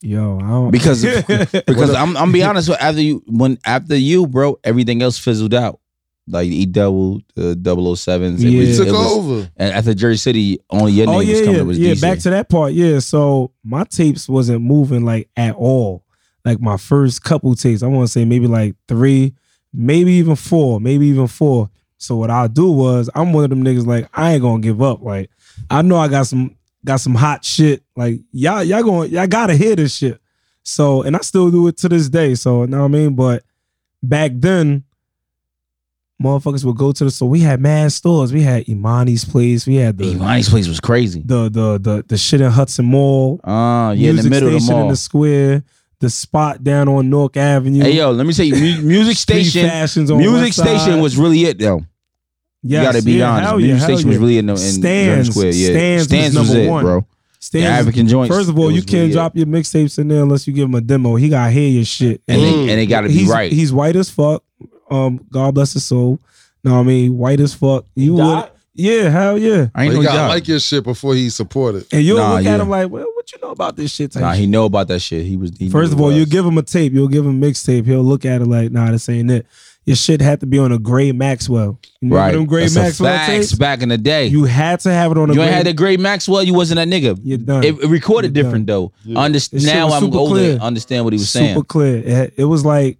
[SPEAKER 4] Yo, I don't
[SPEAKER 3] Because- because I'm I'm be honest with after you when after you, bro, everything else fizzled out. Like E double the 007s.
[SPEAKER 4] Yeah.
[SPEAKER 2] you
[SPEAKER 4] It
[SPEAKER 2] took
[SPEAKER 3] was-
[SPEAKER 2] over.
[SPEAKER 3] And after Jersey City, only your name was coming.
[SPEAKER 4] Oh, yeah.
[SPEAKER 3] It was
[SPEAKER 4] yeah,
[SPEAKER 3] DJ.
[SPEAKER 4] back to that part. Yeah, so my tapes wasn't moving like at all. Like my first couple tapes, I want to say maybe like three, maybe even four, maybe even four. So what I do was I'm one of them niggas like I ain't gonna give up. Like I know I got some got some hot shit. Like y'all y'all going y'all gotta hear this shit. So and I still do it to this day. So you know what I mean. But back then, motherfuckers would go to the store. We had mad stores. We had Imani's place. We had the
[SPEAKER 3] Imani's place was crazy.
[SPEAKER 4] the the the the shit in Hudson Mall.
[SPEAKER 3] Ah, yeah, in the middle of the
[SPEAKER 4] station
[SPEAKER 3] mall.
[SPEAKER 4] in the square, the spot down on North Avenue.
[SPEAKER 3] hey yo, let me tell you, mu- music
[SPEAKER 4] Street
[SPEAKER 3] station,
[SPEAKER 4] fashions on one
[SPEAKER 3] music
[SPEAKER 4] side.
[SPEAKER 3] station was really it though.
[SPEAKER 4] Yes,
[SPEAKER 3] you got to be
[SPEAKER 4] yeah,
[SPEAKER 3] honest.
[SPEAKER 4] hell
[SPEAKER 3] Music
[SPEAKER 4] yeah, hell
[SPEAKER 3] station was
[SPEAKER 4] yeah.
[SPEAKER 3] really in the in Jersey
[SPEAKER 4] Stands-
[SPEAKER 3] Square. Yeah,
[SPEAKER 4] stands was
[SPEAKER 3] was
[SPEAKER 4] number
[SPEAKER 3] it,
[SPEAKER 4] one.
[SPEAKER 3] bro. The
[SPEAKER 4] Stands-
[SPEAKER 3] African joints.
[SPEAKER 4] First of
[SPEAKER 3] it
[SPEAKER 4] all, you
[SPEAKER 3] was
[SPEAKER 4] can't
[SPEAKER 3] really it.
[SPEAKER 4] drop your mixtapes in there unless you give him a demo. He gotta hear your shit.
[SPEAKER 3] And
[SPEAKER 2] Mm.
[SPEAKER 3] they, and they got to be
[SPEAKER 4] he's,
[SPEAKER 3] right.
[SPEAKER 4] He's white as fuck. Um, God bless his soul. No, I mean white as fuck. You would,
[SPEAKER 3] died?
[SPEAKER 4] yeah, hell yeah.
[SPEAKER 3] I
[SPEAKER 2] But
[SPEAKER 3] ain't
[SPEAKER 2] you
[SPEAKER 3] no
[SPEAKER 2] gotta
[SPEAKER 3] doubt.
[SPEAKER 2] like your shit before he supported.
[SPEAKER 4] And you'll
[SPEAKER 3] Nah,
[SPEAKER 4] look
[SPEAKER 3] yeah.
[SPEAKER 4] at him like, well, what you know about this shit? Type
[SPEAKER 3] Nah, he know about that shit. He was. He knew
[SPEAKER 4] First of
[SPEAKER 3] what
[SPEAKER 4] all,
[SPEAKER 3] it
[SPEAKER 4] you
[SPEAKER 3] was.
[SPEAKER 4] give him a tape, you'll give him mixtape. He'll look at it like, nah, this ain't it. Your shit had to be on a Gray Maxwell. You remember
[SPEAKER 3] right.
[SPEAKER 4] them Gray
[SPEAKER 3] That's a
[SPEAKER 4] Maxwell
[SPEAKER 3] facts
[SPEAKER 4] tapes?
[SPEAKER 3] back in the day. You,
[SPEAKER 4] You had to have it on a
[SPEAKER 3] ain't
[SPEAKER 4] Gray.
[SPEAKER 3] had the great Maxwell. You wasn't that nigga.
[SPEAKER 4] You're done.
[SPEAKER 3] It, it recorded
[SPEAKER 4] You're
[SPEAKER 3] different though.
[SPEAKER 2] Yeah.
[SPEAKER 3] Underst-
[SPEAKER 4] This shit
[SPEAKER 3] now
[SPEAKER 4] was
[SPEAKER 3] I'm
[SPEAKER 4] super
[SPEAKER 3] older.
[SPEAKER 4] clear.
[SPEAKER 3] and Understand what he was
[SPEAKER 4] Super
[SPEAKER 3] saying.
[SPEAKER 4] clear. It, it was like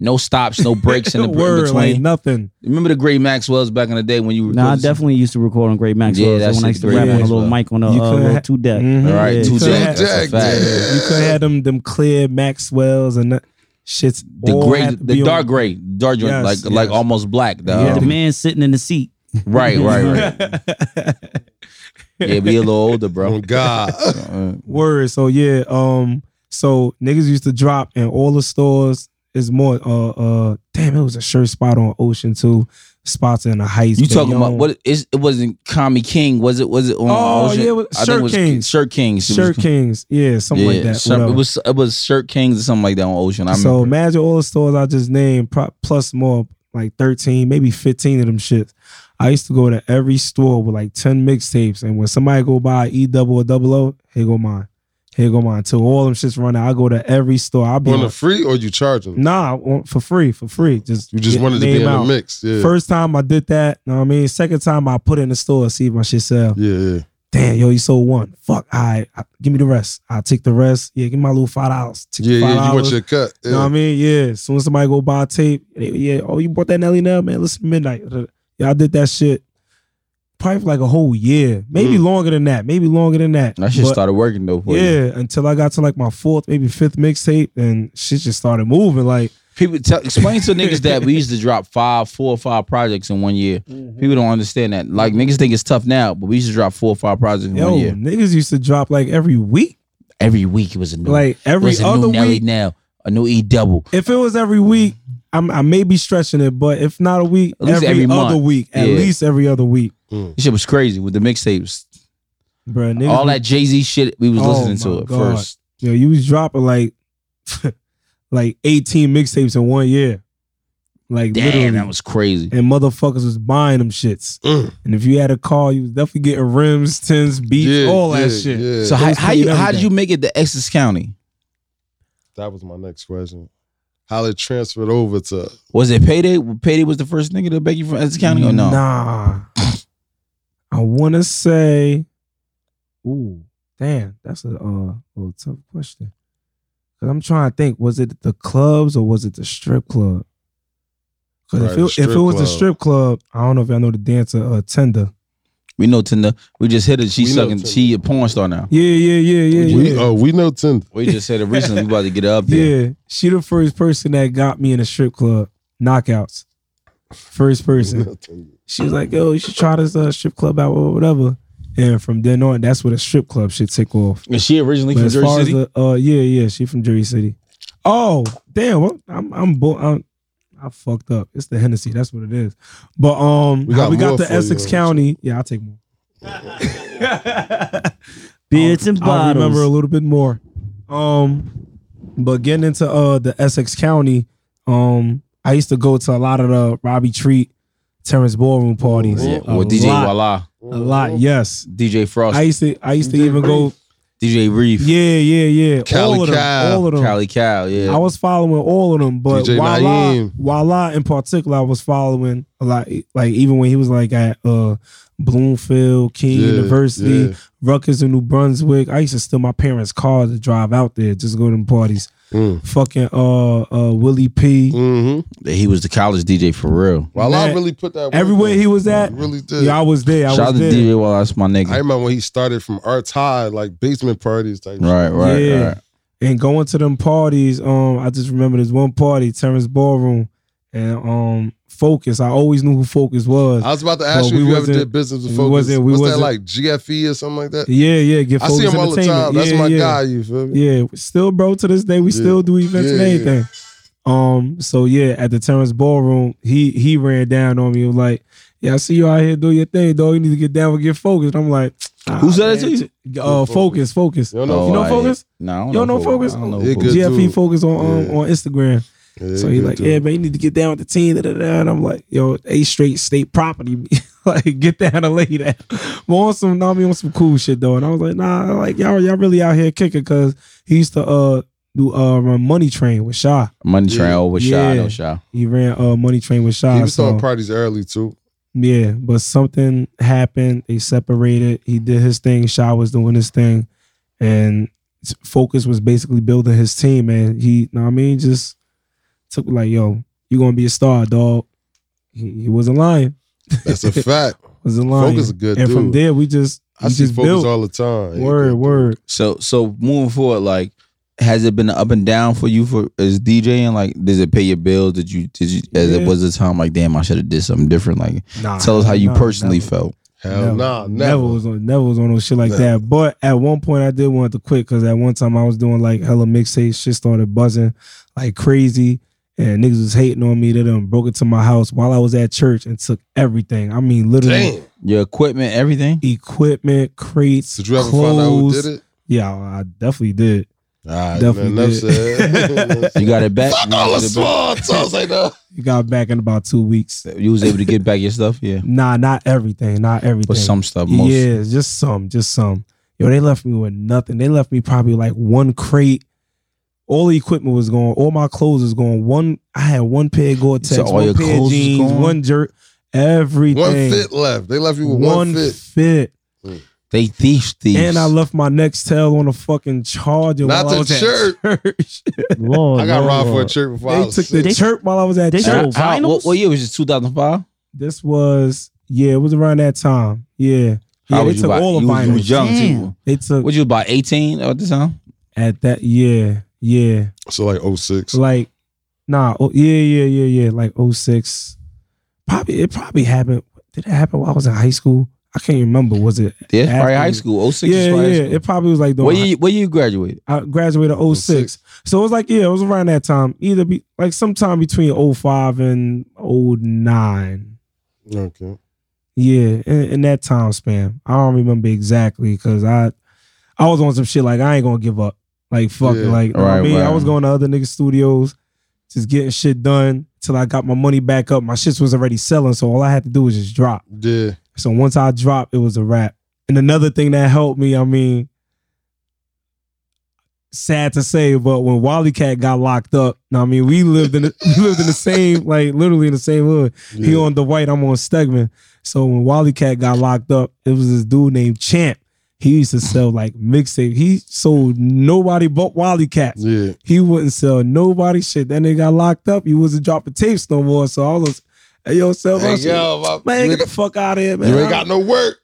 [SPEAKER 3] No stops, no breaks in the br- in
[SPEAKER 4] word, like
[SPEAKER 3] between.
[SPEAKER 4] nothing.
[SPEAKER 3] Remember the great Maxwells back in the day when you
[SPEAKER 5] Nah, I
[SPEAKER 3] recorded some-
[SPEAKER 5] definitely used to record on Great Maxwell.
[SPEAKER 3] Yeah,
[SPEAKER 5] so
[SPEAKER 3] that
[SPEAKER 5] when I
[SPEAKER 3] shit
[SPEAKER 5] used to
[SPEAKER 4] Great
[SPEAKER 5] rap on a
[SPEAKER 3] Maxwell.
[SPEAKER 5] little mic on a uh,
[SPEAKER 4] You couldn't
[SPEAKER 5] little
[SPEAKER 4] ha-
[SPEAKER 5] two deck.
[SPEAKER 4] Mhm.
[SPEAKER 3] All right,
[SPEAKER 5] Yeah.
[SPEAKER 3] two
[SPEAKER 5] You
[SPEAKER 4] could've
[SPEAKER 3] jack.
[SPEAKER 4] had-
[SPEAKER 3] That's a
[SPEAKER 2] Jack,
[SPEAKER 3] fact.
[SPEAKER 2] yeah.
[SPEAKER 4] You could have them them clear Maxwells and that shit's
[SPEAKER 3] The
[SPEAKER 4] all
[SPEAKER 3] gray,
[SPEAKER 4] had to
[SPEAKER 3] the
[SPEAKER 4] be
[SPEAKER 3] dark
[SPEAKER 4] on,
[SPEAKER 3] gray, dark
[SPEAKER 4] Yes,
[SPEAKER 3] like like
[SPEAKER 4] yes.
[SPEAKER 3] almost black. The,
[SPEAKER 4] Yeah.
[SPEAKER 5] The
[SPEAKER 3] um,
[SPEAKER 5] man sitting in the seat.
[SPEAKER 3] right, right, right. Yeah, be a little older,
[SPEAKER 2] Oh
[SPEAKER 3] bro.
[SPEAKER 2] God.
[SPEAKER 3] Uh,
[SPEAKER 4] Word. So yeah, um, so niggas used to drop in all the stores. It's more uh uh damn, it was a shirt spot on Ocean too. Spots in the heights.
[SPEAKER 3] You
[SPEAKER 4] they
[SPEAKER 3] talking about
[SPEAKER 4] own.
[SPEAKER 3] what? It's, it wasn't Commie King, was it? Was it on?
[SPEAKER 4] Oh,
[SPEAKER 3] Ocean?
[SPEAKER 4] yeah, it was
[SPEAKER 3] I
[SPEAKER 4] Shirt
[SPEAKER 3] think it was
[SPEAKER 4] Kings.
[SPEAKER 3] Shirt Kings. It
[SPEAKER 4] Shirt
[SPEAKER 3] was-
[SPEAKER 4] Kings, yeah, something like that.
[SPEAKER 3] some-
[SPEAKER 4] whatever.
[SPEAKER 3] it was it was Shirt Kings or something like that on Ocean. I
[SPEAKER 4] so
[SPEAKER 3] remember.
[SPEAKER 4] imagine all the stores I just named, pro- plus more like thirteen, maybe fifteen of them shits. I used to go to every store with like ten mixtapes, and when somebody go buy E double or double O, here go mine, here go mine. Till all them shits run out, I go to every store. I be
[SPEAKER 2] on the
[SPEAKER 4] on-
[SPEAKER 2] free or you charging?
[SPEAKER 4] Nah, I want- for free, for free. Just
[SPEAKER 2] You just
[SPEAKER 4] get
[SPEAKER 2] wanted to
[SPEAKER 4] name
[SPEAKER 2] be in
[SPEAKER 4] out.
[SPEAKER 2] the mix. Yeah.
[SPEAKER 4] First time I did that, know what I mean? Second time I put it in the store, see if my shit sell.
[SPEAKER 2] yeah, yeah.
[SPEAKER 4] damn, yo, you sold one. Fuck, all right, I, give me the rest. I'll take the rest. Yeah, give me my little five dollars. Take the
[SPEAKER 2] Yeah,
[SPEAKER 4] $5.
[SPEAKER 2] yeah, you want your cut.
[SPEAKER 4] You know what I mean? Yeah. Soon as somebody go buy a tape, they- yeah, oh, you bought that Nelly now, man. Listen to Midnight. Yeah, I did that shit probably for like a whole year. Maybe
[SPEAKER 2] Mm.
[SPEAKER 4] longer than that. Maybe longer than that.
[SPEAKER 3] That shit
[SPEAKER 4] But-
[SPEAKER 3] started working though for you.
[SPEAKER 4] Yeah, until I got to like my fourth, maybe fifth mixtape, and shit just started moving. Like
[SPEAKER 3] People tell explain to niggas that we used to drop five, four or five projects in one year. People don't understand that. Like niggas think it's tough now, but we used to drop four or five projects in
[SPEAKER 4] yo,
[SPEAKER 3] one year.
[SPEAKER 4] niggas used to drop like every week.
[SPEAKER 3] Every week it was a new
[SPEAKER 4] Like
[SPEAKER 3] it
[SPEAKER 4] every
[SPEAKER 3] was a
[SPEAKER 4] other
[SPEAKER 3] new Nelly
[SPEAKER 4] week.
[SPEAKER 3] now, a new E double.
[SPEAKER 4] If it was every week, I'm, I may be stretching it, but if not a week,
[SPEAKER 3] At least
[SPEAKER 4] every,
[SPEAKER 3] every month.
[SPEAKER 4] other week, at
[SPEAKER 3] Yeah.
[SPEAKER 4] least every other week,
[SPEAKER 3] This shit was crazy with the mixtapes.
[SPEAKER 4] bro. Niggas
[SPEAKER 3] All
[SPEAKER 4] was-
[SPEAKER 3] that Jay Z shit we was
[SPEAKER 4] Oh
[SPEAKER 3] listening
[SPEAKER 4] my
[SPEAKER 3] to at
[SPEAKER 4] God.
[SPEAKER 3] first.
[SPEAKER 4] Yo, you was dropping like like 18 mixtapes in one year. Like
[SPEAKER 3] Damn,
[SPEAKER 4] literally.
[SPEAKER 3] that was crazy.
[SPEAKER 4] and motherfuckers was buying them shits.
[SPEAKER 2] Mm.
[SPEAKER 4] And if you had a car, you was definitely getting rims, tins, beats,
[SPEAKER 2] Yeah,
[SPEAKER 4] all that
[SPEAKER 2] yeah,
[SPEAKER 4] shit.
[SPEAKER 2] yeah.
[SPEAKER 3] So how,
[SPEAKER 4] was
[SPEAKER 3] how you how
[SPEAKER 4] clean
[SPEAKER 3] did
[SPEAKER 4] everything.
[SPEAKER 3] you make it to Essex County?
[SPEAKER 2] that was my next question. How it transferred over to
[SPEAKER 3] Was it Payday? Payday was the first nigga to beg you from Essex County or no?
[SPEAKER 4] Nah. I wanna say, ooh, damn, that's a uh, little tough question. Cause I'm trying to think, was it the clubs or was it the strip club? Cause
[SPEAKER 2] Right,
[SPEAKER 4] if
[SPEAKER 2] the
[SPEAKER 4] it, if
[SPEAKER 2] strip
[SPEAKER 4] it was the
[SPEAKER 2] club.
[SPEAKER 4] strip club, I don't know if y'all know the dancer uh, Tender.
[SPEAKER 3] We know Tinder. We just hit her. She
[SPEAKER 2] We know
[SPEAKER 3] sucking.
[SPEAKER 2] Tinder.
[SPEAKER 3] She a porn star now.
[SPEAKER 4] Yeah, yeah, yeah, yeah.
[SPEAKER 2] we
[SPEAKER 4] yeah.
[SPEAKER 2] oh we know Tinder.
[SPEAKER 3] We just hit her recently. We about to get her up there.
[SPEAKER 4] yeah, she the first person that got me in a strip club knockouts. First person. she was like, "Yo, you should try this uh, strip club out or whatever." And from then on, that's where the strip club should take off.
[SPEAKER 3] Is she originally
[SPEAKER 4] But
[SPEAKER 3] from
[SPEAKER 4] as
[SPEAKER 3] Jersey
[SPEAKER 4] far
[SPEAKER 3] City?
[SPEAKER 4] as the, uh, yeah, yeah, she from Jersey City. Oh, damn, well, I'm, I'm, bo- I'm, I fucked up. It's the Hennessy, that's what it is. But um,
[SPEAKER 2] We
[SPEAKER 4] how
[SPEAKER 2] got
[SPEAKER 4] we got
[SPEAKER 2] more
[SPEAKER 4] the
[SPEAKER 2] for you,
[SPEAKER 4] Essex
[SPEAKER 2] man.
[SPEAKER 4] County. Yeah, I'll take more.
[SPEAKER 5] Beards and
[SPEAKER 4] I remember a
[SPEAKER 5] bottles.
[SPEAKER 4] little bit more. Um, but getting into uh the Essex County, um, I used to go to a lot of the Robbie Treat, Terrence Ballroom parties.
[SPEAKER 2] Oh, Yeah,
[SPEAKER 4] A
[SPEAKER 3] Or DJ
[SPEAKER 4] lot,
[SPEAKER 3] Walla,
[SPEAKER 4] a lot. Yes,
[SPEAKER 3] DJ Frost,
[SPEAKER 4] uh, I used to. I used to even go.
[SPEAKER 3] DJ Reef,
[SPEAKER 4] Yeah, yeah, yeah.
[SPEAKER 2] Cali
[SPEAKER 4] all of
[SPEAKER 2] Cal.
[SPEAKER 4] them. All of them.
[SPEAKER 3] Cali Cal. Yeah,
[SPEAKER 4] I was following all of them, but
[SPEAKER 2] DJ
[SPEAKER 4] Walla,
[SPEAKER 2] Naeem.
[SPEAKER 4] Walla in particular, I was following a lot. Like even when he was like at uh Bloomfield, King University.
[SPEAKER 2] yeah.
[SPEAKER 4] Rutgers in New Brunswick. I used to steal my parents' cars to drive out there, just go to them parties.
[SPEAKER 2] Mm.
[SPEAKER 4] Fucking uh uh Willie P.
[SPEAKER 2] hmm
[SPEAKER 3] he was the college DJ for real.
[SPEAKER 2] Well, I
[SPEAKER 4] Man,
[SPEAKER 2] really put that work
[SPEAKER 4] Everywhere
[SPEAKER 2] in.
[SPEAKER 4] he was at,
[SPEAKER 2] He really did.
[SPEAKER 4] yeah, I was there. I
[SPEAKER 3] Shout out
[SPEAKER 4] was
[SPEAKER 3] to
[SPEAKER 4] there.
[SPEAKER 3] DJ Walla. That's my
[SPEAKER 2] I
[SPEAKER 3] nigga.
[SPEAKER 2] remember when he started from Arts High, like basement parties, like
[SPEAKER 3] Right, right,
[SPEAKER 4] Yeah.
[SPEAKER 3] right.
[SPEAKER 4] And going to them parties, um, I just remember this one party, Terrence Ballroom, and um Focus. I always knew who Focus was.
[SPEAKER 2] I was about to ask you if
[SPEAKER 4] But we
[SPEAKER 2] you ever
[SPEAKER 4] wasn't-
[SPEAKER 2] did business with
[SPEAKER 4] we
[SPEAKER 2] Focus.
[SPEAKER 4] wasn't- we
[SPEAKER 2] What's that
[SPEAKER 4] wasn't-
[SPEAKER 2] like GFE or something like that?
[SPEAKER 4] yeah, yeah, get
[SPEAKER 2] I
[SPEAKER 4] Focus
[SPEAKER 2] see him all the time.
[SPEAKER 4] Entertainment.
[SPEAKER 2] That's
[SPEAKER 4] Yeah,
[SPEAKER 2] my
[SPEAKER 4] yeah.
[SPEAKER 2] guy. You feel me?
[SPEAKER 4] Yeah, still, bro. To this day, we
[SPEAKER 2] Yeah.
[SPEAKER 4] still do events and
[SPEAKER 2] Yeah, yeah.
[SPEAKER 4] everything. Um, so yeah, at the Terrence Ballroom, he he ran down on me. He was like, "Yeah, I see you out here doing your thing, dog. You need to get down and get focused." I'm like, "Nah,
[SPEAKER 3] Who said that
[SPEAKER 4] man,
[SPEAKER 3] to you?
[SPEAKER 4] t- Uh, focus, focus.
[SPEAKER 2] You don't know
[SPEAKER 3] Oh,
[SPEAKER 4] you know
[SPEAKER 3] I-
[SPEAKER 4] Focus?
[SPEAKER 3] No, I don't
[SPEAKER 4] You don't know Focus?
[SPEAKER 3] I don't know
[SPEAKER 2] Yeah,
[SPEAKER 3] Focus.
[SPEAKER 2] good
[SPEAKER 4] GFE
[SPEAKER 2] dude.
[SPEAKER 4] focus on um,
[SPEAKER 2] Yeah.
[SPEAKER 4] on Instagram.
[SPEAKER 2] Yeah,
[SPEAKER 4] so he's
[SPEAKER 2] good
[SPEAKER 4] like,
[SPEAKER 2] dude.
[SPEAKER 4] "Yeah, man, you need to get down with the team." Da, da, da. And I'm like, "Yo, a straight state property." like, get down and lay down. But on some, nah, I mean, on some cool shit though. And I was like, "Nah, like y'all, y'all really out here kicking?" Because he used to uh do uh run Money Train with Shaw.
[SPEAKER 3] Money Train
[SPEAKER 2] Yeah.
[SPEAKER 3] over Shy, no
[SPEAKER 4] Yeah.
[SPEAKER 3] Shy.
[SPEAKER 4] He ran uh Money Train with Shaw.
[SPEAKER 2] he was
[SPEAKER 4] so,
[SPEAKER 2] throwing parties early too.
[SPEAKER 4] yeah, but something happened. They separated. He did his thing. Shaw was doing his thing, and s- Focus was basically building his team. And he, know what I mean, just took like, yo, you gonna be a star, dog. He, he wasn't lying.
[SPEAKER 2] That's a fact.
[SPEAKER 4] Wasn't lying.
[SPEAKER 2] Focus is a good
[SPEAKER 4] and
[SPEAKER 2] dude.
[SPEAKER 4] from there, we just
[SPEAKER 2] I
[SPEAKER 4] we
[SPEAKER 2] see
[SPEAKER 4] just
[SPEAKER 2] Focus
[SPEAKER 4] built.
[SPEAKER 2] all the time. He
[SPEAKER 4] word,
[SPEAKER 2] good.
[SPEAKER 4] word.
[SPEAKER 3] So so moving forward, like has it been up and down for you for as DJing? Like, does it pay your bills? Did you did you as it
[SPEAKER 4] Yeah.
[SPEAKER 3] was a time like damn I should have did something different? Like
[SPEAKER 4] Nah,
[SPEAKER 3] tell us how you
[SPEAKER 4] nah,
[SPEAKER 3] personally
[SPEAKER 4] never.
[SPEAKER 3] felt.
[SPEAKER 2] Hell nah, never.
[SPEAKER 4] Never was on never was on no shit like
[SPEAKER 2] Never.
[SPEAKER 4] that. But at one point I did want to quit because at one time I was doing like hella mixtapes, shit started buzzing like crazy. And niggas was hating on me. They done broke into my house while I was at church and took everything. I mean, literally
[SPEAKER 2] Damn.
[SPEAKER 3] Your equipment, everything?
[SPEAKER 4] equipment, crates,
[SPEAKER 2] Did you ever
[SPEAKER 4] clothes.
[SPEAKER 2] find out who did it?
[SPEAKER 4] Yeah, I definitely did.
[SPEAKER 2] All right,
[SPEAKER 4] Definitely
[SPEAKER 2] man, enough
[SPEAKER 4] did.
[SPEAKER 2] said. Oh,
[SPEAKER 3] You got it back?
[SPEAKER 2] Fuck
[SPEAKER 3] You
[SPEAKER 2] all the
[SPEAKER 3] was able-
[SPEAKER 2] small talks like that.
[SPEAKER 4] It got back in about two weeks.
[SPEAKER 3] You was able to get back your stuff, yeah.
[SPEAKER 4] Nah, not everything. Not everything.
[SPEAKER 3] But some stuff, most
[SPEAKER 4] Yeah, just some, just some. Yo, they left me with nothing. They left me probably like one crate. All the equipment was gone. All my clothes was gone. One, I had one pair of Gore-Tex,
[SPEAKER 3] So all
[SPEAKER 4] one
[SPEAKER 3] your
[SPEAKER 4] pair
[SPEAKER 3] clothes
[SPEAKER 4] of
[SPEAKER 3] was
[SPEAKER 4] jeans,
[SPEAKER 3] gone?
[SPEAKER 4] one jerk, everything.
[SPEAKER 2] One fit left. They left you with one,
[SPEAKER 4] One
[SPEAKER 2] fit.
[SPEAKER 4] fit.
[SPEAKER 2] Mm.
[SPEAKER 3] They thieves, thieves.
[SPEAKER 4] And I left my next tail on a fucking charger
[SPEAKER 2] Not
[SPEAKER 4] while I
[SPEAKER 2] the
[SPEAKER 4] was
[SPEAKER 2] shirt.
[SPEAKER 4] at church.
[SPEAKER 5] Lord,
[SPEAKER 2] I got
[SPEAKER 5] Lord,
[SPEAKER 2] robbed for a
[SPEAKER 5] Lord.
[SPEAKER 2] church before I
[SPEAKER 4] they
[SPEAKER 2] was
[SPEAKER 4] took the
[SPEAKER 2] six.
[SPEAKER 4] church while I was at
[SPEAKER 5] They
[SPEAKER 4] church.
[SPEAKER 5] sold
[SPEAKER 3] How- what,
[SPEAKER 5] vinyls?
[SPEAKER 3] what year was it? Two thousand five.
[SPEAKER 4] This was yeah, it was around that time. Yeah, yeah. They took all the
[SPEAKER 3] you, was- you
[SPEAKER 4] vinyls.
[SPEAKER 3] was young
[SPEAKER 5] Damn.
[SPEAKER 3] too.
[SPEAKER 4] They took
[SPEAKER 3] What you was about eighteen at the time?
[SPEAKER 4] at that. Yeah, yeah.
[SPEAKER 2] So like 06.
[SPEAKER 4] Like nah. Oh, yeah, yeah, yeah, yeah. Like 06. Probably it probably happened. Did it happen while I was in high school? I can't remember. Was it?
[SPEAKER 3] Yeah, it's probably
[SPEAKER 4] After-
[SPEAKER 3] high school. Oh six.
[SPEAKER 4] yeah,
[SPEAKER 3] is
[SPEAKER 4] yeah.
[SPEAKER 3] probably High school.
[SPEAKER 4] It probably was like the
[SPEAKER 3] Where you where you graduated?
[SPEAKER 4] I graduated 06.
[SPEAKER 2] 06.
[SPEAKER 4] So it was like, yeah, it was around that time. Either be like sometime between 05 and 09.
[SPEAKER 2] Okay.
[SPEAKER 4] Yeah, in, in that time span. I don't remember exactly because I I was on some shit like I ain't gonna give up. Like fuck it.
[SPEAKER 2] Yeah.
[SPEAKER 4] Like you know what I
[SPEAKER 3] Right,
[SPEAKER 4] mean, I
[SPEAKER 3] right.
[SPEAKER 4] was going to other niggas' studios, just getting shit done till I got my money back up. My shits was already selling, so all I had to do was just drop.
[SPEAKER 2] Yeah.
[SPEAKER 4] So once I dropped, it was a wrap. And another thing that helped me, I mean, sad to say, but when Wally Cat got locked up, now I mean, we lived in the, we lived in the same, like literally in the same hood. He
[SPEAKER 2] Yeah.
[SPEAKER 4] on Dwight, I'm on Stegman. So when Wally Cat got locked up, it was this dude named Champ. He used to sell like mixtape. He sold nobody but Wally Cat.
[SPEAKER 2] Yeah.
[SPEAKER 4] He wouldn't sell nobody shit. Then they got locked up. He wasn't dropping tapes no more. So I was, hey, yo, sell my
[SPEAKER 2] Hey,
[SPEAKER 4] shit.
[SPEAKER 2] yo, my-
[SPEAKER 4] Man,
[SPEAKER 2] you,
[SPEAKER 4] get the fuck out of here, man.
[SPEAKER 2] you ain't got no work.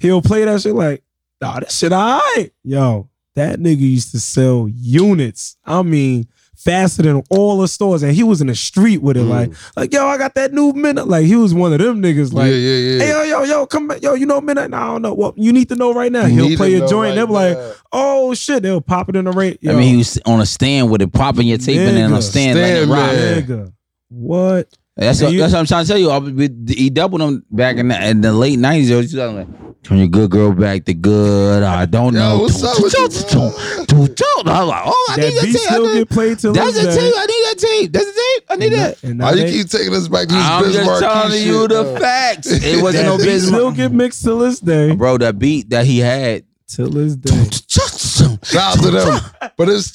[SPEAKER 4] He'll play that shit like, nah, this shit all right. Yo, that nigga used to sell units. I mean, faster than all the stores. And he was in the street with it.
[SPEAKER 3] Mm.
[SPEAKER 4] Like, like, yo, I got that new minute. Like, he was one of them niggas. Like,
[SPEAKER 2] yeah, yeah, yeah.
[SPEAKER 4] hey, yo, yo, yo, come back. Yo, you know minute? Nah, I don't know. What you need to know right now.
[SPEAKER 2] You
[SPEAKER 4] He'll
[SPEAKER 2] need
[SPEAKER 4] play
[SPEAKER 2] to
[SPEAKER 4] a
[SPEAKER 2] know
[SPEAKER 4] joint.
[SPEAKER 2] right
[SPEAKER 4] They'll be like,
[SPEAKER 2] now.
[SPEAKER 4] oh shit. They'll pop it in the rate.
[SPEAKER 3] I mean, he was on a stand with it, popping your tape and then on a
[SPEAKER 4] Nigga.
[SPEAKER 3] stand, like
[SPEAKER 2] Stand,
[SPEAKER 3] it rock.
[SPEAKER 2] man.
[SPEAKER 4] nigga. What?
[SPEAKER 3] That's
[SPEAKER 4] And
[SPEAKER 3] what,
[SPEAKER 4] you-
[SPEAKER 3] that's what I'm trying to tell you. I was with- He doubled them back in the, in the late '90s, early 2000s. Like, turn your good girl back to good. I don't
[SPEAKER 2] Yo,
[SPEAKER 3] know.
[SPEAKER 2] what's up with you, bro?
[SPEAKER 3] I was like, oh, I
[SPEAKER 4] that
[SPEAKER 3] need
[SPEAKER 4] beat
[SPEAKER 3] that
[SPEAKER 4] still
[SPEAKER 3] tape.
[SPEAKER 4] get played
[SPEAKER 3] I
[SPEAKER 4] till
[SPEAKER 3] need- That's
[SPEAKER 4] this
[SPEAKER 3] a
[SPEAKER 4] day.
[SPEAKER 3] tape. I need that tape. That's a tape. I need
[SPEAKER 4] And
[SPEAKER 3] that.
[SPEAKER 4] now- and now
[SPEAKER 2] Why
[SPEAKER 4] they-
[SPEAKER 2] you keep taking us back to these
[SPEAKER 3] I'm just
[SPEAKER 2] Bismarck
[SPEAKER 3] telling
[SPEAKER 2] shit,
[SPEAKER 3] you the
[SPEAKER 2] though?
[SPEAKER 3] facts. It wasn't
[SPEAKER 4] that
[SPEAKER 3] no
[SPEAKER 4] beat Still
[SPEAKER 3] business,
[SPEAKER 4] get mixed till this day.
[SPEAKER 3] bro. That beat that he had.
[SPEAKER 4] Till this day.
[SPEAKER 2] Shout out to them. But it's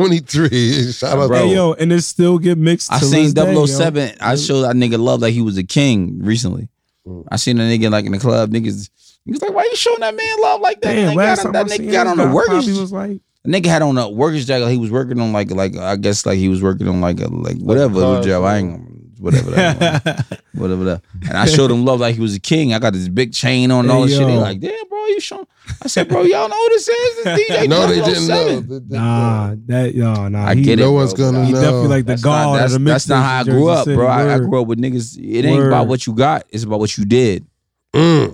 [SPEAKER 2] 2023. Shout out
[SPEAKER 3] Bro.
[SPEAKER 2] to
[SPEAKER 4] Hey yo, and it still get mixed.
[SPEAKER 3] I
[SPEAKER 4] till
[SPEAKER 3] seen
[SPEAKER 4] this day, yo.
[SPEAKER 3] 007. I showed that nigga love like he was a king recently.
[SPEAKER 2] Mm.
[SPEAKER 3] I seen a nigga like in the club. Niggas, niggas like, why you showing that man love like that?
[SPEAKER 4] Damn,
[SPEAKER 3] Nigga
[SPEAKER 4] last
[SPEAKER 3] got on-
[SPEAKER 4] time
[SPEAKER 3] that
[SPEAKER 4] I seen
[SPEAKER 3] nigga got
[SPEAKER 4] him,
[SPEAKER 3] on the
[SPEAKER 4] God
[SPEAKER 3] workers.
[SPEAKER 4] probably was like,
[SPEAKER 3] The nigga had on a workers jacket. He was working on like like I guess like he was working on like a like whatever
[SPEAKER 2] car or
[SPEAKER 3] job. I ain't gonna- whatever that whatever that. And I showed him love like he was a king. I got this big chain on and all
[SPEAKER 4] Hey,
[SPEAKER 3] this shit. He
[SPEAKER 4] yo.
[SPEAKER 3] like, damn, bro, you showing? I said, bro, y'all know who this is? This DJ
[SPEAKER 2] No, they didn't
[SPEAKER 3] 007.
[SPEAKER 2] know. They didn't know.
[SPEAKER 4] nah, that yo, nah.
[SPEAKER 3] I
[SPEAKER 4] he,
[SPEAKER 3] get it.
[SPEAKER 2] No one's
[SPEAKER 3] bro,
[SPEAKER 2] gonna
[SPEAKER 4] He
[SPEAKER 2] know.
[SPEAKER 4] definitely like the
[SPEAKER 3] That's
[SPEAKER 4] god
[SPEAKER 3] not, that's,
[SPEAKER 4] of the
[SPEAKER 3] that's not
[SPEAKER 4] mixtapes
[SPEAKER 3] how I
[SPEAKER 4] in
[SPEAKER 3] grew
[SPEAKER 4] Jersey
[SPEAKER 3] up,
[SPEAKER 4] City.
[SPEAKER 3] bro. I, I
[SPEAKER 4] Word.
[SPEAKER 3] grew up with niggas. It ain't about
[SPEAKER 4] Word.
[SPEAKER 3] what you got. It's about what you did.
[SPEAKER 2] Mm.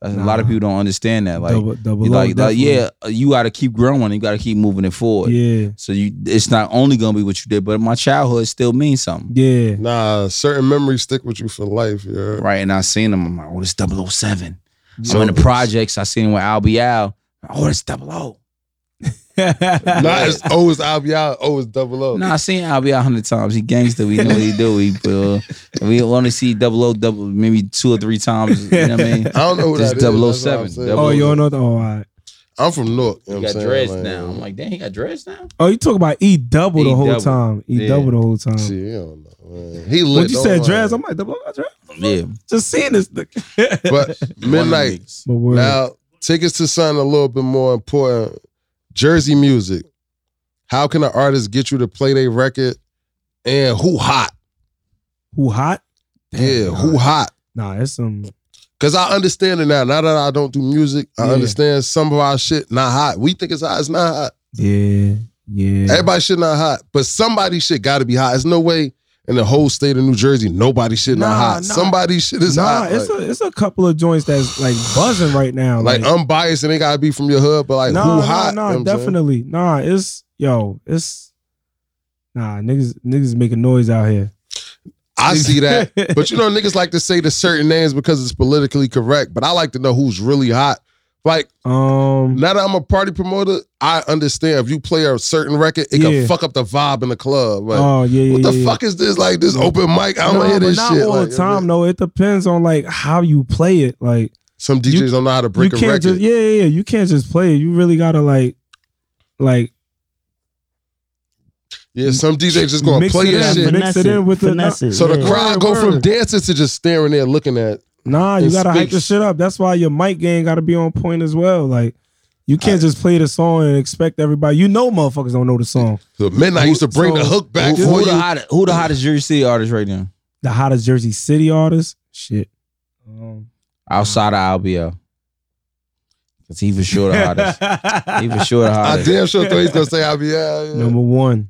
[SPEAKER 3] That's- A lot of
[SPEAKER 4] Nah.
[SPEAKER 3] people don't understand that. Like,
[SPEAKER 4] double, double
[SPEAKER 3] you
[SPEAKER 4] O,
[SPEAKER 3] like, like,
[SPEAKER 4] definitely.
[SPEAKER 3] yeah, uh, you got to keep growing. You got to keep moving it forward.
[SPEAKER 4] yeah,
[SPEAKER 3] So you, it's not only gonna be what you did, but my childhood still means something,
[SPEAKER 4] yeah.
[SPEAKER 2] Nah, certain memories stick with you for life. Yeah.
[SPEAKER 3] right? And I seen them. I'm like, oh, this 007. So
[SPEAKER 2] So-
[SPEAKER 3] in the projects, I seen him with Al Bial. Oh, this double O.
[SPEAKER 2] Nah, it's O is IBI, O is double O.
[SPEAKER 3] No, I seen Al Bial a hundred times. He gangster. We know what he do. He, uh, we only see double O double maybe two or three times. You know what I mean?
[SPEAKER 2] I don't know who
[SPEAKER 3] This
[SPEAKER 2] that is. That's what I'm
[SPEAKER 3] 007.
[SPEAKER 2] saying.
[SPEAKER 3] Double
[SPEAKER 4] oh, you don't know? The, oh, all right.
[SPEAKER 2] I'm from Newark. You
[SPEAKER 3] He
[SPEAKER 2] know what I'm
[SPEAKER 3] got
[SPEAKER 2] saying?
[SPEAKER 3] dreads
[SPEAKER 2] Like,
[SPEAKER 3] now. I'm like, damn, he got dreads now.
[SPEAKER 4] oh, you talk about E double
[SPEAKER 3] E
[SPEAKER 4] the whole
[SPEAKER 3] double.
[SPEAKER 4] time. E
[SPEAKER 3] Yeah.
[SPEAKER 4] double the whole time.
[SPEAKER 2] See, you don't know. Man. He lit.
[SPEAKER 4] When you
[SPEAKER 2] don't
[SPEAKER 4] said
[SPEAKER 2] worry.
[SPEAKER 4] dreads, I'm like double O dreads.
[SPEAKER 3] Yeah,
[SPEAKER 4] Just seeing this. Nigga.
[SPEAKER 2] But midnight.
[SPEAKER 4] but word.
[SPEAKER 2] Now, take us to something a little bit more important. Jersey music. How can an artist get you to play their record? And who hot?
[SPEAKER 4] who hot?
[SPEAKER 2] yeah, who hot?
[SPEAKER 4] Nah, it's some.
[SPEAKER 2] Cause I understand it now. Now that I don't do music, I
[SPEAKER 4] Yeah.
[SPEAKER 2] understand some of our shit not hot. We think it's hot. It's not hot.
[SPEAKER 4] Yeah, yeah.
[SPEAKER 2] Everybody shit not hot, but somebody shit got to be hot. There's no way in the whole state of New Jersey nobody shit not
[SPEAKER 4] Nah,
[SPEAKER 2] hot.
[SPEAKER 4] nah.
[SPEAKER 2] Somebody shit is
[SPEAKER 4] nah,
[SPEAKER 2] hot.
[SPEAKER 4] it's
[SPEAKER 2] like,
[SPEAKER 4] a it's a couple of joints that's like buzzing right now.
[SPEAKER 2] like, unbiased and they gotta be from your hood, but like
[SPEAKER 4] nah,
[SPEAKER 2] who
[SPEAKER 4] nah,
[SPEAKER 2] hot?
[SPEAKER 4] Nah,
[SPEAKER 2] You know what I'm saying?
[SPEAKER 4] definitely. Nah, it's yo, it's nah, niggas niggas making noise out here.
[SPEAKER 2] I see that. But you know, niggas like to say the certain names because it's politically correct. But I like to know who's really hot. Like
[SPEAKER 4] um
[SPEAKER 2] now that I'm a party promoter, I understand if you play a certain record, it
[SPEAKER 4] Yeah.
[SPEAKER 2] can fuck up the vibe in the club. Like,
[SPEAKER 4] Oh yeah, yeah.
[SPEAKER 2] what the
[SPEAKER 4] yeah, yeah.
[SPEAKER 2] fuck is this? Like this open mic? I don't
[SPEAKER 4] Nah,
[SPEAKER 2] hear
[SPEAKER 4] but
[SPEAKER 2] this
[SPEAKER 4] not
[SPEAKER 2] shit.
[SPEAKER 4] all
[SPEAKER 2] like,
[SPEAKER 4] the time though. It depends on like how you play it. Like
[SPEAKER 2] Some DJs
[SPEAKER 4] You-
[SPEAKER 2] don't know how to
[SPEAKER 4] you
[SPEAKER 2] break a
[SPEAKER 4] can't
[SPEAKER 2] record.
[SPEAKER 4] just yeah, yeah, yeah. You can't just play it. You really gotta like like
[SPEAKER 2] yeah, some DJs just gonna
[SPEAKER 4] mix
[SPEAKER 2] play
[SPEAKER 4] it
[SPEAKER 2] your
[SPEAKER 4] in,
[SPEAKER 2] shit.
[SPEAKER 4] Mix it in with the-
[SPEAKER 5] finesse it.
[SPEAKER 2] So the
[SPEAKER 5] yeah.
[SPEAKER 2] crowd
[SPEAKER 4] Word,
[SPEAKER 2] go
[SPEAKER 4] word.
[SPEAKER 2] from dancing to just staring there looking at
[SPEAKER 4] Nah, you
[SPEAKER 2] in
[SPEAKER 4] gotta hype the
[SPEAKER 2] space.
[SPEAKER 4] shit up. That's why your mic game gotta be on point as well. Like, you can't just play the song and expect everybody. You know, motherfuckers don't know the song.
[SPEAKER 2] So midnight used to bring the
[SPEAKER 4] So-
[SPEAKER 2] hook
[SPEAKER 3] Who,
[SPEAKER 2] back
[SPEAKER 3] who
[SPEAKER 2] for
[SPEAKER 3] the
[SPEAKER 2] you.
[SPEAKER 3] hottest, who the hottest Jersey City artist right now?
[SPEAKER 4] The hottest Jersey City artist, shit. Um,
[SPEAKER 3] Outside of LBL. Cause he for sure the hottest. he for sure the
[SPEAKER 2] I
[SPEAKER 3] hottest.
[SPEAKER 2] damn sure thought he's gonna say I'll be out. Yeah.
[SPEAKER 4] number one,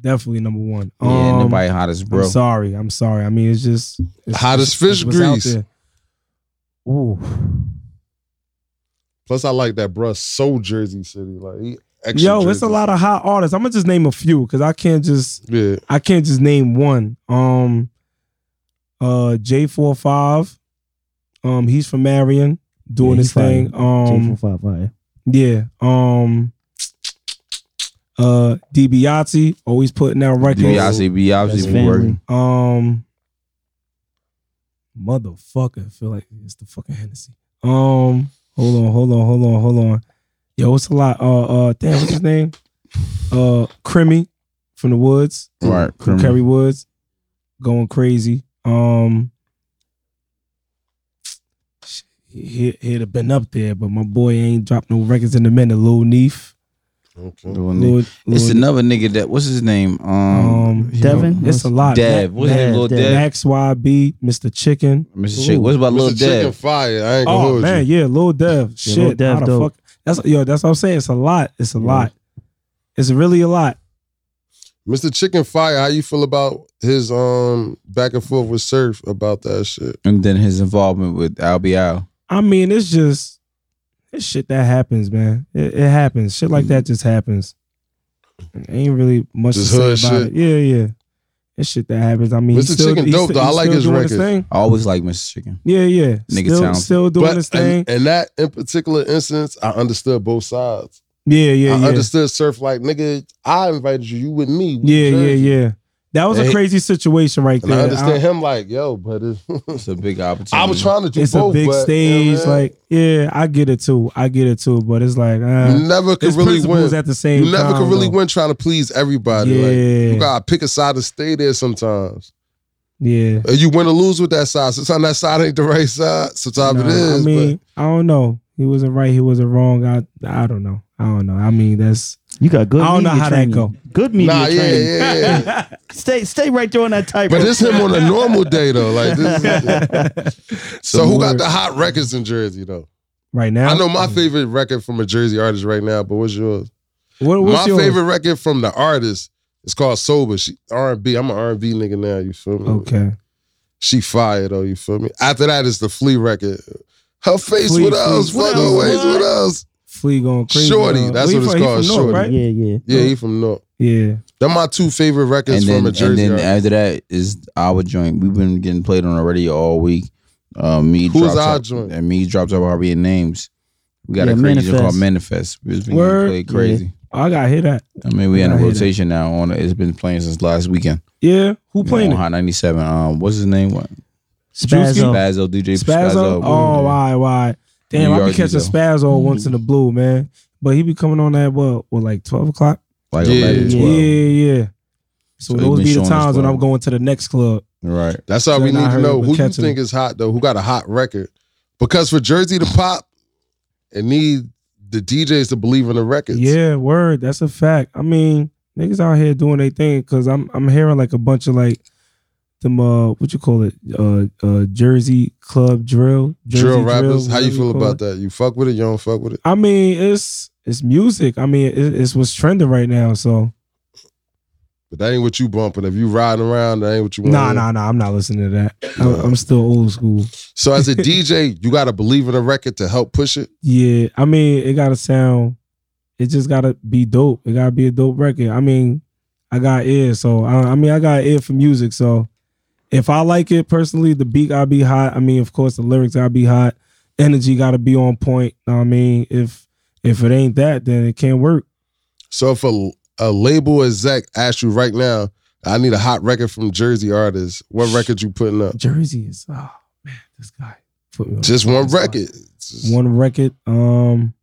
[SPEAKER 4] definitely number one.
[SPEAKER 3] Yeah,
[SPEAKER 4] Um,
[SPEAKER 3] nobody hottest, bro.
[SPEAKER 4] I'm sorry. I'm sorry. I mean, it's just it's,
[SPEAKER 2] Hottest
[SPEAKER 4] it's-
[SPEAKER 2] fish
[SPEAKER 4] it's what's out
[SPEAKER 2] grease.
[SPEAKER 4] there. Ooh,
[SPEAKER 2] Plus, I like that bruh so Jersey City. Like, he extra
[SPEAKER 4] yo, it's
[SPEAKER 2] Jersey
[SPEAKER 4] a lot of hot artists. I'm gonna just name a few because I can't just
[SPEAKER 2] City. Yeah,
[SPEAKER 4] I can't just name one. Um uh J four five. Um he's from Marion doing
[SPEAKER 5] Yeah,
[SPEAKER 4] his
[SPEAKER 5] he's
[SPEAKER 4] thing. Um
[SPEAKER 5] J45, right.
[SPEAKER 4] yeah. Um uh DiBiase, always putting out records.
[SPEAKER 3] Beyonce,
[SPEAKER 5] That's
[SPEAKER 3] Beyonce, be
[SPEAKER 5] family.
[SPEAKER 3] working.
[SPEAKER 4] Um motherfucker, I feel like it's the fucking Hennessy. Um hold on, hold on, hold on, hold on. Yo, it's a lot. Uh uh damn, what's his name? Uh Crimmy from the Woods.
[SPEAKER 3] Right.
[SPEAKER 4] from Kerry Woods, going crazy. Um, he, he'd have been up there, but my boy ain't dropped no records in a minute. Lil Neef,
[SPEAKER 2] okay.
[SPEAKER 3] Doing it.
[SPEAKER 4] Lil,
[SPEAKER 3] It's
[SPEAKER 4] Lil-
[SPEAKER 3] another nigga that what's his name? Um,
[SPEAKER 4] um,
[SPEAKER 5] Devin?
[SPEAKER 4] It's a lot.
[SPEAKER 3] Dev. What's his name?
[SPEAKER 5] Dev,
[SPEAKER 3] Little
[SPEAKER 5] Dev.
[SPEAKER 3] Dev.
[SPEAKER 4] Max YB, Mr. Chicken.
[SPEAKER 3] Mr. Shake. What's about
[SPEAKER 2] Mr.
[SPEAKER 3] Little
[SPEAKER 2] Chicken
[SPEAKER 3] Dev?
[SPEAKER 2] Fire. I ain't gonna
[SPEAKER 4] Oh
[SPEAKER 2] hold
[SPEAKER 4] man,
[SPEAKER 2] you.
[SPEAKER 4] yeah, Lil Dev. Shit,
[SPEAKER 5] Lil Dev
[SPEAKER 4] how the
[SPEAKER 5] dope.
[SPEAKER 4] fuck? That's yo. That's what I'm saying. It's a lot. It's a
[SPEAKER 5] Yeah.
[SPEAKER 4] lot. It's really a lot.
[SPEAKER 2] Mr. Chicken Fire. How you feel about his um back and forth with Surf about that shit?
[SPEAKER 3] And then his involvement with LBL.
[SPEAKER 4] I mean, it's just it's shit that happens, man. It, it happens. Shit like that just happens. Ain't really much
[SPEAKER 2] Just
[SPEAKER 4] to say
[SPEAKER 2] hood
[SPEAKER 4] about
[SPEAKER 2] shit.
[SPEAKER 4] it. Yeah, yeah. It's shit that happens. I mean,
[SPEAKER 2] Mr.
[SPEAKER 4] he's still-
[SPEAKER 2] Chicken
[SPEAKER 4] he's
[SPEAKER 2] dope,
[SPEAKER 4] still-
[SPEAKER 2] though. I
[SPEAKER 4] he's
[SPEAKER 2] like
[SPEAKER 4] still
[SPEAKER 2] his
[SPEAKER 4] doing
[SPEAKER 2] record.
[SPEAKER 4] thing.
[SPEAKER 3] I always like Mr. Chicken.
[SPEAKER 4] Yeah, yeah.
[SPEAKER 3] Nigga
[SPEAKER 4] still,
[SPEAKER 3] talented.
[SPEAKER 4] still doing his thing.
[SPEAKER 2] and, and that in particular instance, I understood both sides.
[SPEAKER 4] yeah, yeah,
[SPEAKER 2] I
[SPEAKER 4] yeah.
[SPEAKER 2] understood Surf like nigga. I invited you. You with me. We
[SPEAKER 4] Yeah,
[SPEAKER 2] Jersey.
[SPEAKER 4] yeah, yeah. That was a
[SPEAKER 2] And-
[SPEAKER 4] crazy situation right
[SPEAKER 2] And
[SPEAKER 4] there.
[SPEAKER 2] I understand
[SPEAKER 4] I-
[SPEAKER 2] him like yo, but it's,
[SPEAKER 3] It's a big opportunity.
[SPEAKER 2] I was trying to do
[SPEAKER 4] it's
[SPEAKER 2] both.
[SPEAKER 4] a big
[SPEAKER 2] but,
[SPEAKER 4] stage.
[SPEAKER 2] you know what I mean?
[SPEAKER 4] like, yeah, I get it too. I get it too. But it's like, uh,
[SPEAKER 2] you never could
[SPEAKER 4] it's
[SPEAKER 2] really
[SPEAKER 4] principles
[SPEAKER 2] win.
[SPEAKER 4] at the same
[SPEAKER 2] You never
[SPEAKER 4] time,
[SPEAKER 2] could really
[SPEAKER 4] though.
[SPEAKER 2] win trying to please everybody. Like,
[SPEAKER 4] Yeah,
[SPEAKER 2] you gotta pick a side to stay there sometimes.
[SPEAKER 4] yeah.
[SPEAKER 2] Uh, You win or lose with that side. Sometimes that side ain't the right side. Sometimes it
[SPEAKER 4] Nah,
[SPEAKER 2] is.
[SPEAKER 4] I mean, I don't know. He wasn't right. He wasn't wrong. I I don't know. I don't know. I mean, that's
[SPEAKER 5] You got good.
[SPEAKER 4] I don't know
[SPEAKER 5] media
[SPEAKER 4] how that
[SPEAKER 5] training.
[SPEAKER 4] go.
[SPEAKER 5] Good
[SPEAKER 2] but,
[SPEAKER 5] media
[SPEAKER 2] nah, yeah,
[SPEAKER 5] training.
[SPEAKER 2] yeah, yeah.
[SPEAKER 5] Stay, stay right there on that type.
[SPEAKER 2] but it's him on a normal day though. Like this. Is, so who got the hot records in Jersey though?
[SPEAKER 4] right now?
[SPEAKER 2] I know my favorite record from a Jersey artist right now, but what's yours?
[SPEAKER 4] What, what's
[SPEAKER 2] my
[SPEAKER 4] yours?
[SPEAKER 2] favorite record from the artist is called Sober. She R and B. I'm an R and B nigga now. You feel me?
[SPEAKER 4] Okay.
[SPEAKER 2] She fired though. You feel me? After that is the Flea record. Her face,
[SPEAKER 4] Flea,
[SPEAKER 2] what
[SPEAKER 4] Flea.
[SPEAKER 2] else?
[SPEAKER 4] What
[SPEAKER 2] Fuck her
[SPEAKER 4] else?
[SPEAKER 2] ways, what
[SPEAKER 4] What?
[SPEAKER 2] else?
[SPEAKER 4] Flea going crazy.
[SPEAKER 2] Shorty,
[SPEAKER 4] dog.
[SPEAKER 2] that's
[SPEAKER 4] Where
[SPEAKER 2] what
[SPEAKER 4] he
[SPEAKER 2] it's
[SPEAKER 4] from? He
[SPEAKER 2] called,
[SPEAKER 4] from North,
[SPEAKER 2] Shorty.
[SPEAKER 4] Right?
[SPEAKER 5] Yeah, yeah.
[SPEAKER 2] Yeah, he from North.
[SPEAKER 4] Yeah.
[SPEAKER 2] They're my two favorite records
[SPEAKER 3] and then,
[SPEAKER 2] from a Jersey.
[SPEAKER 3] and then
[SPEAKER 2] artist.
[SPEAKER 3] after that is our joint. We've been getting played on the radio all week. Uh, me
[SPEAKER 2] Who's
[SPEAKER 3] drops
[SPEAKER 2] our
[SPEAKER 3] up,
[SPEAKER 2] joint?
[SPEAKER 3] And me drops up our real names. We got
[SPEAKER 5] Yeah,
[SPEAKER 3] a crazy joint called
[SPEAKER 5] Manifest.
[SPEAKER 3] Manifest. It's been
[SPEAKER 4] Word.
[SPEAKER 3] getting played crazy.
[SPEAKER 4] Oh, I gotta hear that.
[SPEAKER 3] I mean, we in
[SPEAKER 4] I
[SPEAKER 3] a
[SPEAKER 4] hear that.
[SPEAKER 3] rotation now. On it. it's been playing since last weekend.
[SPEAKER 4] Yeah. Who playing
[SPEAKER 3] on
[SPEAKER 4] it?
[SPEAKER 3] Hot 97. Um, what's his name? What?
[SPEAKER 5] Spazzo.
[SPEAKER 3] Spazzo, DJ Spazzo.
[SPEAKER 4] Spazzo. Oh, why, why? Damn,
[SPEAKER 3] New
[SPEAKER 4] I be
[SPEAKER 3] York,
[SPEAKER 4] catching
[SPEAKER 3] though.
[SPEAKER 4] Spazzo once in the blue, man. But he be coming on that what, what like twelve o'clock?
[SPEAKER 3] Like
[SPEAKER 2] Yeah.
[SPEAKER 3] 11,
[SPEAKER 4] Yeah,
[SPEAKER 3] 12.
[SPEAKER 4] yeah.
[SPEAKER 3] So
[SPEAKER 4] So,
[SPEAKER 3] he
[SPEAKER 4] those
[SPEAKER 3] been
[SPEAKER 4] be the
[SPEAKER 3] showing us
[SPEAKER 4] times when
[SPEAKER 3] club.
[SPEAKER 4] I'm going to the next club.
[SPEAKER 3] Right.
[SPEAKER 2] That's all we
[SPEAKER 4] Then I
[SPEAKER 2] need to
[SPEAKER 4] heard
[SPEAKER 2] know.
[SPEAKER 4] with
[SPEAKER 2] Who you
[SPEAKER 4] Ketchum.
[SPEAKER 2] think is hot though? Who got a hot record? Because for Jersey to pop, it need the DJs to believe in the records.
[SPEAKER 4] Yeah, word. That's a fact. I mean, niggas out here doing their thing because I'm I'm hearing like a bunch of like them uh what you call it uh uh Jersey club drill Jersey
[SPEAKER 2] Drill rappers. How
[SPEAKER 4] whatever
[SPEAKER 2] you feel
[SPEAKER 4] call
[SPEAKER 2] about
[SPEAKER 4] it.
[SPEAKER 2] that? You fuck with it, you don't fuck with it.
[SPEAKER 4] I mean, it's it's music. I mean, it, it's what's trending right now. So
[SPEAKER 2] But that ain't what you bumping. If you riding around, that ain't what you want.
[SPEAKER 4] nah, nah, nah. I'm not listening to that. I'm, I'm still old school.
[SPEAKER 2] So as a DJ, you gotta believe in a record to help push it.
[SPEAKER 4] Yeah, I mean, it gotta sound. It just gotta be dope. It gotta be a dope record. I mean, I got ear, so I, I mean, I got ear for music. So if I like it personally, the beat gotta be hot. I mean, of course, the lyrics gotta be hot. Energy gotta be on point. Know what I mean, if if it ain't that, then it can't work.
[SPEAKER 2] So if a, a label exec asks you right now, I need a hot record from Jersey artists, what record you putting up?
[SPEAKER 4] Jersey is oh man, this guy. Put me on
[SPEAKER 2] Just
[SPEAKER 4] the
[SPEAKER 2] one
[SPEAKER 4] spot.
[SPEAKER 2] record. Just-
[SPEAKER 4] One record. Um.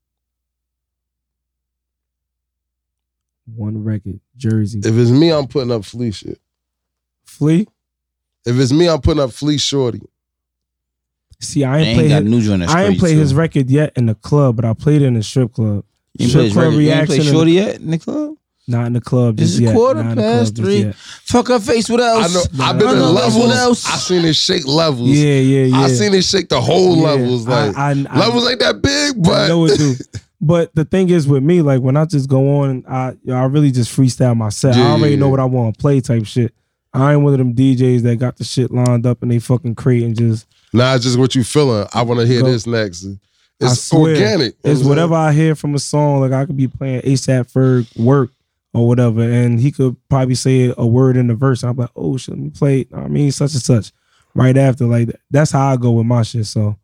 [SPEAKER 4] One record, Jersey.
[SPEAKER 2] If it's me, I'm putting up Flea shit.
[SPEAKER 4] Flea.
[SPEAKER 2] If it's me, I'm putting up Flea Shorty.
[SPEAKER 4] See, I
[SPEAKER 3] They
[SPEAKER 4] ain't
[SPEAKER 3] ain't got
[SPEAKER 4] played his,
[SPEAKER 3] new joint that's
[SPEAKER 4] I ain't
[SPEAKER 3] crazy,
[SPEAKER 4] played
[SPEAKER 3] too.
[SPEAKER 4] his record yet in the club, but I played it in the strip club.
[SPEAKER 3] You ain't
[SPEAKER 4] Strip
[SPEAKER 3] played his
[SPEAKER 4] club
[SPEAKER 3] record- you ain't played
[SPEAKER 4] reaction in-
[SPEAKER 3] Shorty yet in the club?
[SPEAKER 4] Not in the club
[SPEAKER 3] This
[SPEAKER 4] just
[SPEAKER 3] is
[SPEAKER 4] yet.
[SPEAKER 3] quarter
[SPEAKER 4] Not in the
[SPEAKER 3] past
[SPEAKER 4] club just
[SPEAKER 3] three.
[SPEAKER 4] yet.
[SPEAKER 3] Fuck her face. What
[SPEAKER 4] Oh,
[SPEAKER 2] I
[SPEAKER 3] else?
[SPEAKER 2] know. I've been
[SPEAKER 3] I
[SPEAKER 2] in
[SPEAKER 3] know that's
[SPEAKER 2] levels.
[SPEAKER 3] What else?
[SPEAKER 2] I seen it shake levels.
[SPEAKER 4] Yeah, yeah, yeah.
[SPEAKER 2] I seen it shake the whole
[SPEAKER 4] Yeah,
[SPEAKER 2] levels. Like
[SPEAKER 4] I- I- I-
[SPEAKER 2] levels ain't that big,
[SPEAKER 4] I
[SPEAKER 2] but
[SPEAKER 4] know it do. But the thing is with me, like when I just go on, I you know, I really just freestyle myself.
[SPEAKER 2] Yeah,
[SPEAKER 4] I already
[SPEAKER 2] yeah,
[SPEAKER 4] know
[SPEAKER 2] yeah.
[SPEAKER 4] what I want to play type shit. I ain't one of them DJs that got the shit lined up and they fucking create and just
[SPEAKER 2] nah, it's just what you feeling. I want to hear
[SPEAKER 4] Bro,
[SPEAKER 2] this next.
[SPEAKER 4] I
[SPEAKER 2] It's
[SPEAKER 4] swear,
[SPEAKER 2] organic. You know
[SPEAKER 4] It's
[SPEAKER 2] what I'm
[SPEAKER 4] whatever I hear from a song. Like I could be playing ASAP Ferg work or whatever, and he could probably say a word in the verse. I'm like, oh shit, let me play. I mean, such and such. Right after, like that's how I go with my shit. So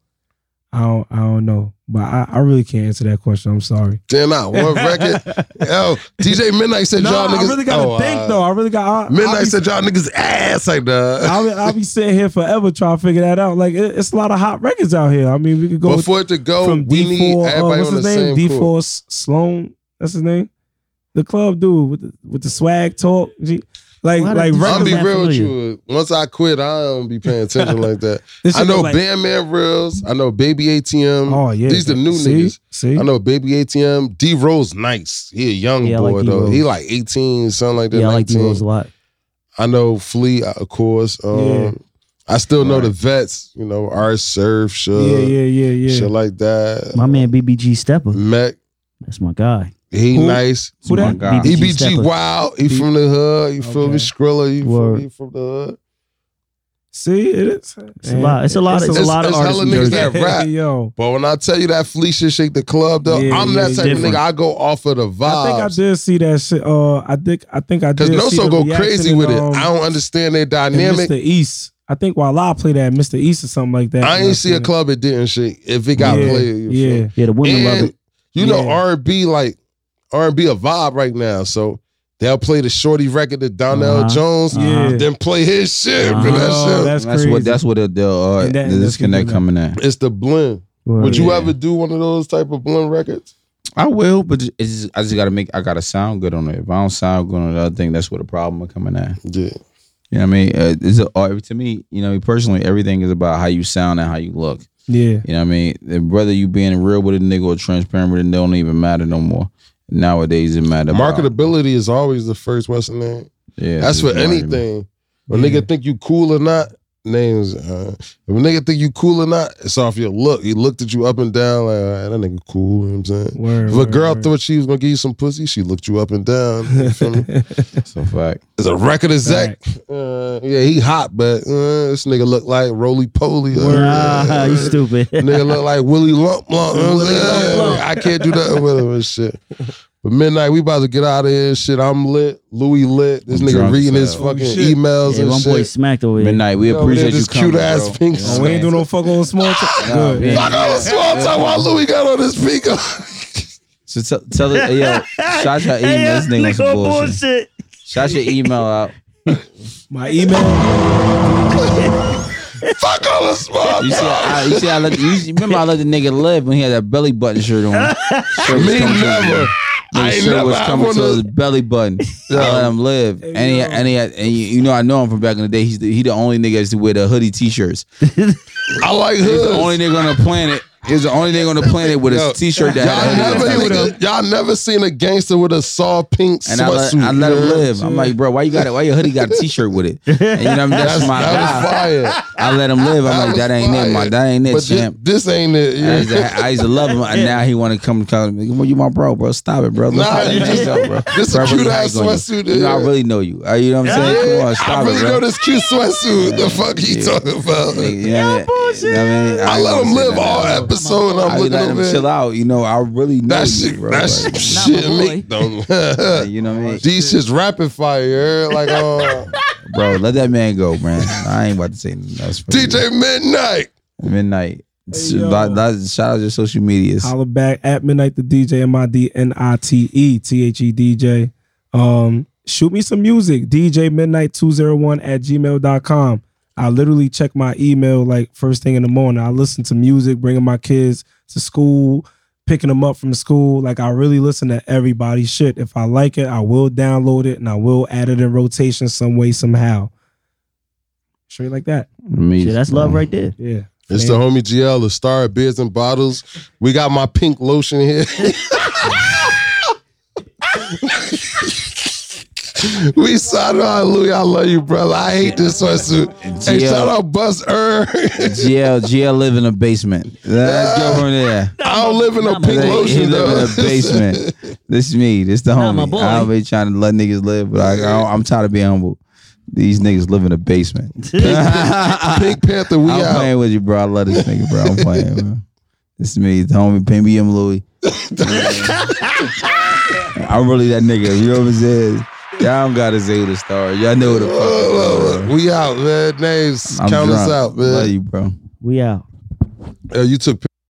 [SPEAKER 4] I don't, I don't know, but I, I really can't answer that question. I'm sorry.
[SPEAKER 2] saying? Damn, out one record. Yo, DJ Midnight said
[SPEAKER 4] No,
[SPEAKER 2] y'all
[SPEAKER 4] I
[SPEAKER 2] niggas.
[SPEAKER 4] really gotta
[SPEAKER 2] oh,
[SPEAKER 4] think
[SPEAKER 2] uh,
[SPEAKER 4] though. I really got I,
[SPEAKER 2] Midnight
[SPEAKER 4] I be,
[SPEAKER 2] said y'all niggas ass like that.
[SPEAKER 4] I'll, be- I'll be sitting here forever trying to figure that out. Like it- it's a lot of hot records out here. I mean, we could go
[SPEAKER 2] But for it to go,
[SPEAKER 4] from
[SPEAKER 2] we
[SPEAKER 4] D
[SPEAKER 2] need
[SPEAKER 4] four. Uh,
[SPEAKER 2] everybody
[SPEAKER 4] what's
[SPEAKER 2] on the
[SPEAKER 4] his name? D
[SPEAKER 2] same court.
[SPEAKER 4] four Sloan. That's his name. The club dude with the, with the swag talk. G- Like
[SPEAKER 5] Why
[SPEAKER 4] like
[SPEAKER 5] did-
[SPEAKER 2] I'll
[SPEAKER 5] I'm
[SPEAKER 2] be
[SPEAKER 4] records.
[SPEAKER 5] not
[SPEAKER 2] real with
[SPEAKER 5] familiar.
[SPEAKER 2] you. Once I quit, I don't be paying attention like that.
[SPEAKER 4] This
[SPEAKER 2] I
[SPEAKER 4] shit
[SPEAKER 2] know
[SPEAKER 4] look like-
[SPEAKER 2] Bandman Reels. I know Baby ATM.
[SPEAKER 4] Oh yeah.
[SPEAKER 2] These the new
[SPEAKER 4] See?
[SPEAKER 2] niggas.
[SPEAKER 4] See.
[SPEAKER 2] I know Baby ATM. D Rose nice. He a young
[SPEAKER 5] Yeah, I
[SPEAKER 2] boy
[SPEAKER 5] like D
[SPEAKER 2] though. He
[SPEAKER 5] Rose.
[SPEAKER 2] like 18, something like that.
[SPEAKER 5] Yeah, I like
[SPEAKER 2] 19.
[SPEAKER 5] D-Rose a lot.
[SPEAKER 2] I know Flea, uh, of course. Um,
[SPEAKER 4] Yeah.
[SPEAKER 2] I still know
[SPEAKER 3] Right.
[SPEAKER 2] the vets, you know, R Surf, shit,
[SPEAKER 4] Yeah yeah yeah yeah.
[SPEAKER 2] shit like that.
[SPEAKER 5] My man BBG Stepper.
[SPEAKER 2] Mac,
[SPEAKER 5] That's my guy.
[SPEAKER 2] he
[SPEAKER 4] Who?
[SPEAKER 2] nice.
[SPEAKER 4] Who
[SPEAKER 3] My
[SPEAKER 4] that?
[SPEAKER 3] God.
[SPEAKER 5] BBG
[SPEAKER 2] He BG
[SPEAKER 5] Stepper.
[SPEAKER 2] Wild, he
[SPEAKER 4] B-
[SPEAKER 2] from the hood. You feel me?
[SPEAKER 4] Okay.
[SPEAKER 2] Skrilla, you feel
[SPEAKER 5] Word.
[SPEAKER 2] me? From the hood.
[SPEAKER 4] See it is.
[SPEAKER 5] It's a lot. It's a lot. It's, a
[SPEAKER 2] it's-
[SPEAKER 5] lot of
[SPEAKER 2] it's
[SPEAKER 5] artists.
[SPEAKER 2] hella
[SPEAKER 5] in
[SPEAKER 2] niggas that
[SPEAKER 5] Jersey.
[SPEAKER 2] rap.
[SPEAKER 4] Yo.
[SPEAKER 2] But when I tell you that Felicia shake the club, though,
[SPEAKER 4] Yeah,
[SPEAKER 2] I'm
[SPEAKER 4] yeah,
[SPEAKER 2] that type
[SPEAKER 5] different.
[SPEAKER 2] of nigga. I go off of the vibes.
[SPEAKER 4] I think I did see that shit. Uh, I think I think I
[SPEAKER 2] Cause
[SPEAKER 4] did.
[SPEAKER 2] no
[SPEAKER 4] see
[SPEAKER 2] so
[SPEAKER 4] the
[SPEAKER 2] go
[SPEAKER 4] reaction
[SPEAKER 2] crazy
[SPEAKER 4] in,
[SPEAKER 2] with
[SPEAKER 4] um,
[SPEAKER 2] it. I don't understand their
[SPEAKER 4] in
[SPEAKER 2] dynamic.
[SPEAKER 4] Mr. East. I think while I play that Mr. East or something like that.
[SPEAKER 2] I
[SPEAKER 4] Yeah,
[SPEAKER 2] ain't see a club it didn't shake if it got
[SPEAKER 4] yeah,
[SPEAKER 2] played. you feel me?
[SPEAKER 4] Yeah.
[SPEAKER 5] Yeah, the women love
[SPEAKER 2] And
[SPEAKER 5] it.
[SPEAKER 2] you know
[SPEAKER 4] Yeah.
[SPEAKER 2] R and B like R and B a vibe right now. So they'll play the shorty record to Donnell
[SPEAKER 5] Uh-huh.
[SPEAKER 2] Jones,
[SPEAKER 4] Yeah.
[SPEAKER 2] then play his shit.
[SPEAKER 5] Uh-huh.
[SPEAKER 2] man. That
[SPEAKER 4] Oh,
[SPEAKER 2] shit-
[SPEAKER 4] that's
[SPEAKER 3] That's, what.
[SPEAKER 4] crazy.
[SPEAKER 3] That's what the, the, uh,
[SPEAKER 4] And that-
[SPEAKER 3] the
[SPEAKER 4] that's
[SPEAKER 3] disconnect
[SPEAKER 4] what-
[SPEAKER 3] coming in.
[SPEAKER 2] it's the blend.
[SPEAKER 5] Oh,
[SPEAKER 2] Would you
[SPEAKER 3] Yeah.
[SPEAKER 2] ever do one of those type of blend records?
[SPEAKER 3] I will, but it's just, I just gotta make. I gotta sound good on it. If I don't sound good on the other thing, that's where the problem will come in at.
[SPEAKER 2] Yeah.
[SPEAKER 3] You know what I mean? Uh, it's a, uh, to me, you know, personally, everything is about how you sound and how you look.
[SPEAKER 4] Yeah.
[SPEAKER 3] You know what I mean? And Whether you being real with a nigga or transparent with it, don't even matter no more. Nowadays, it matter. about-
[SPEAKER 2] Marketability is always the first Western name.
[SPEAKER 3] Yeah,
[SPEAKER 2] That's for
[SPEAKER 3] just market-
[SPEAKER 2] anything. When
[SPEAKER 4] Yeah.
[SPEAKER 2] nigga think you cool or not, names. Uh, when nigga think you cool or not, it's off your look. He looked at you up and down like, all right, that nigga cool. You know what I'm saying?
[SPEAKER 4] Word,
[SPEAKER 2] If a
[SPEAKER 4] word,
[SPEAKER 2] girl
[SPEAKER 4] word.
[SPEAKER 2] thought she was gonna give you some pussy, she looked you up and down. You feel me?
[SPEAKER 3] That's a fact.
[SPEAKER 2] It's a record of Zach. Uh, yeah, he hot, but uh, this nigga look like Roly Poly. uh,
[SPEAKER 5] Ah, you stupid.
[SPEAKER 2] nigga look like Willie Lump Lump. You know what I'm
[SPEAKER 5] Willie
[SPEAKER 2] saying?
[SPEAKER 5] Lump Lump.
[SPEAKER 2] I can't do nothing with him and shit. But midnight, we about to get out of here. Shit, I'm lit. Louis lit. This
[SPEAKER 3] I'm
[SPEAKER 2] nigga
[SPEAKER 3] drunk
[SPEAKER 2] reading
[SPEAKER 3] as
[SPEAKER 2] his
[SPEAKER 3] hell.
[SPEAKER 2] fucking
[SPEAKER 4] Oh, shit.
[SPEAKER 2] emails
[SPEAKER 5] Yeah,
[SPEAKER 2] and
[SPEAKER 5] one
[SPEAKER 2] shit.
[SPEAKER 5] boy smacked over here.
[SPEAKER 3] Midnight. We
[SPEAKER 2] Yo,
[SPEAKER 3] appreciate
[SPEAKER 2] there's
[SPEAKER 3] you
[SPEAKER 2] this
[SPEAKER 3] coming,
[SPEAKER 2] cute-ass
[SPEAKER 3] bro.
[SPEAKER 2] pink
[SPEAKER 3] You know
[SPEAKER 4] Oh,
[SPEAKER 3] what
[SPEAKER 4] we
[SPEAKER 3] I'm
[SPEAKER 4] ain't do
[SPEAKER 3] saying?
[SPEAKER 4] no fuck on small talk.
[SPEAKER 3] Nah,
[SPEAKER 4] Good.
[SPEAKER 3] man.
[SPEAKER 2] I know that's what I'm talking about. Louis got on his speaker.
[SPEAKER 3] So tell, tell it, hey, yo, shout your email.
[SPEAKER 5] Hey,
[SPEAKER 3] This
[SPEAKER 5] yo,
[SPEAKER 3] nigga on some
[SPEAKER 5] on
[SPEAKER 3] bullshit. Shout your email out.
[SPEAKER 4] My email.
[SPEAKER 2] Fuck all the small
[SPEAKER 3] You see, I, you see, I let you see- remember I let the nigga live when he had that belly button shirt on. Shirt was
[SPEAKER 2] Me
[SPEAKER 3] coming to-
[SPEAKER 2] never. I
[SPEAKER 3] Nigga
[SPEAKER 2] ain't
[SPEAKER 3] shirt
[SPEAKER 2] never
[SPEAKER 3] was
[SPEAKER 2] had
[SPEAKER 3] coming
[SPEAKER 2] one
[SPEAKER 3] to
[SPEAKER 2] of-
[SPEAKER 3] his belly button. I let him live,
[SPEAKER 4] Hey,
[SPEAKER 3] and he,
[SPEAKER 4] yo.
[SPEAKER 3] and he, had- and you, you know I know him from back in the day. He's the, he the only nigga that's to wear the hoodie t-shirts.
[SPEAKER 2] I like
[SPEAKER 3] He's the
[SPEAKER 2] hoods.
[SPEAKER 3] only nigga on the planet. He's the only nigga on the planet with
[SPEAKER 2] Yo,
[SPEAKER 3] a t-shirt that
[SPEAKER 2] Y'all
[SPEAKER 3] had a
[SPEAKER 2] never,
[SPEAKER 3] hoodie. on it.
[SPEAKER 2] nigga, y'all never seen a gangster with a saw pink
[SPEAKER 3] And I let,
[SPEAKER 2] sweatsuit.
[SPEAKER 3] I let
[SPEAKER 2] you
[SPEAKER 3] him
[SPEAKER 2] know?
[SPEAKER 3] live. I'm like, bro, why you got it? Why your hoodie got a t-shirt with it? And you know what I mean? That's, my
[SPEAKER 2] That was
[SPEAKER 3] guy.
[SPEAKER 2] fire.
[SPEAKER 3] I let him live. I'm
[SPEAKER 2] That
[SPEAKER 3] like,
[SPEAKER 2] was
[SPEAKER 3] that ain't it, my
[SPEAKER 2] fire.
[SPEAKER 3] that ain't it,
[SPEAKER 2] But this,
[SPEAKER 3] champ.
[SPEAKER 2] this ain't it.
[SPEAKER 3] I used,
[SPEAKER 2] Yeah.
[SPEAKER 3] to, I used to love him, and now he want to come call me. Well, you my bro, bro. Stop it, bro. Look
[SPEAKER 2] Nah,
[SPEAKER 3] how that
[SPEAKER 2] you
[SPEAKER 3] messed
[SPEAKER 2] just-
[SPEAKER 3] up, bro.
[SPEAKER 2] this a
[SPEAKER 3] Bro, I really
[SPEAKER 2] cute-ass
[SPEAKER 3] like on you.
[SPEAKER 2] sweatsuit,
[SPEAKER 3] You know, I
[SPEAKER 2] yeah.
[SPEAKER 3] really know you. Uh, you know what I'm saying? Come on,
[SPEAKER 2] I
[SPEAKER 3] stop
[SPEAKER 2] really
[SPEAKER 3] it,
[SPEAKER 2] know
[SPEAKER 3] bro.
[SPEAKER 2] this cute sweatsuit. The fuck he
[SPEAKER 3] Yeah.
[SPEAKER 2] talking about?
[SPEAKER 3] You know what I mean? You know what I mean?
[SPEAKER 2] I
[SPEAKER 3] ain't
[SPEAKER 2] let
[SPEAKER 3] gonna
[SPEAKER 2] him
[SPEAKER 3] say
[SPEAKER 2] live
[SPEAKER 3] nothing
[SPEAKER 2] all
[SPEAKER 3] else.
[SPEAKER 2] episode. and
[SPEAKER 3] I
[SPEAKER 2] I'm
[SPEAKER 3] be
[SPEAKER 2] looking
[SPEAKER 3] letting him
[SPEAKER 2] over
[SPEAKER 3] chill
[SPEAKER 2] here.
[SPEAKER 3] out. You know, I really know
[SPEAKER 2] That
[SPEAKER 3] you,
[SPEAKER 2] shit,
[SPEAKER 3] bro.
[SPEAKER 2] that
[SPEAKER 3] Like,
[SPEAKER 2] shit, shit,
[SPEAKER 5] my
[SPEAKER 2] me. Don't.
[SPEAKER 3] you know what I mean?
[SPEAKER 2] These shit's rapid fire. Like, uh,
[SPEAKER 3] Bro, let that man go, man. I ain't about to say nothing else. for you.
[SPEAKER 2] DJ Midnight.
[SPEAKER 3] Midnight.
[SPEAKER 4] Hey, yo.
[SPEAKER 3] Lot- lot- shout out your social medias.
[SPEAKER 4] Holla back at midnight the DJ M I D N I T E T H E DJ. Um, shoot me some music. DJ Midnight 201 at gmail.com. I literally check my email like first thing in the morning. I listen to music, bringing my kids to school, picking them up from school. Like I really listen to everybody's shit. If I like it, I will download it and I will add it in rotation some way, somehow. Straight like that.
[SPEAKER 3] Me,
[SPEAKER 5] Shit, that's love right there.
[SPEAKER 4] Yeah.
[SPEAKER 2] It's the homie GL, the star of beers and bottles. We got my pink lotion here. we shout out, hallelujah. I love you, brother. I hate this sweatsuit. Hey,
[SPEAKER 3] GL.
[SPEAKER 2] shout out, Buzz Er.
[SPEAKER 3] GL, GL live in a basement. Let's go from there.
[SPEAKER 2] I don't live in no
[SPEAKER 5] Not my
[SPEAKER 2] pink
[SPEAKER 5] boy.
[SPEAKER 3] He
[SPEAKER 2] lotion, though.
[SPEAKER 3] live in a basement. This me. This the
[SPEAKER 5] Not my
[SPEAKER 3] homie.
[SPEAKER 5] boy.
[SPEAKER 3] I always trying to let niggas live, but I, I, I'm tired of being humble. These niggas live in a basement.
[SPEAKER 2] pink Panther, we
[SPEAKER 3] I'm
[SPEAKER 2] out.
[SPEAKER 3] playing with you, bro. I love this nigga, bro. I'm playing, bro. This is me, the homie PBM Louis. I'm really that nigga. You know what I'm saying? Y'all don't gotta say who the star. is. Y'all know what the fuck. it is, bro.
[SPEAKER 2] We out, man. Names,
[SPEAKER 3] I'm
[SPEAKER 2] count us
[SPEAKER 3] drunk.
[SPEAKER 2] out,
[SPEAKER 3] Love
[SPEAKER 2] man.
[SPEAKER 3] you, bro.
[SPEAKER 5] we out.
[SPEAKER 2] Yo, you took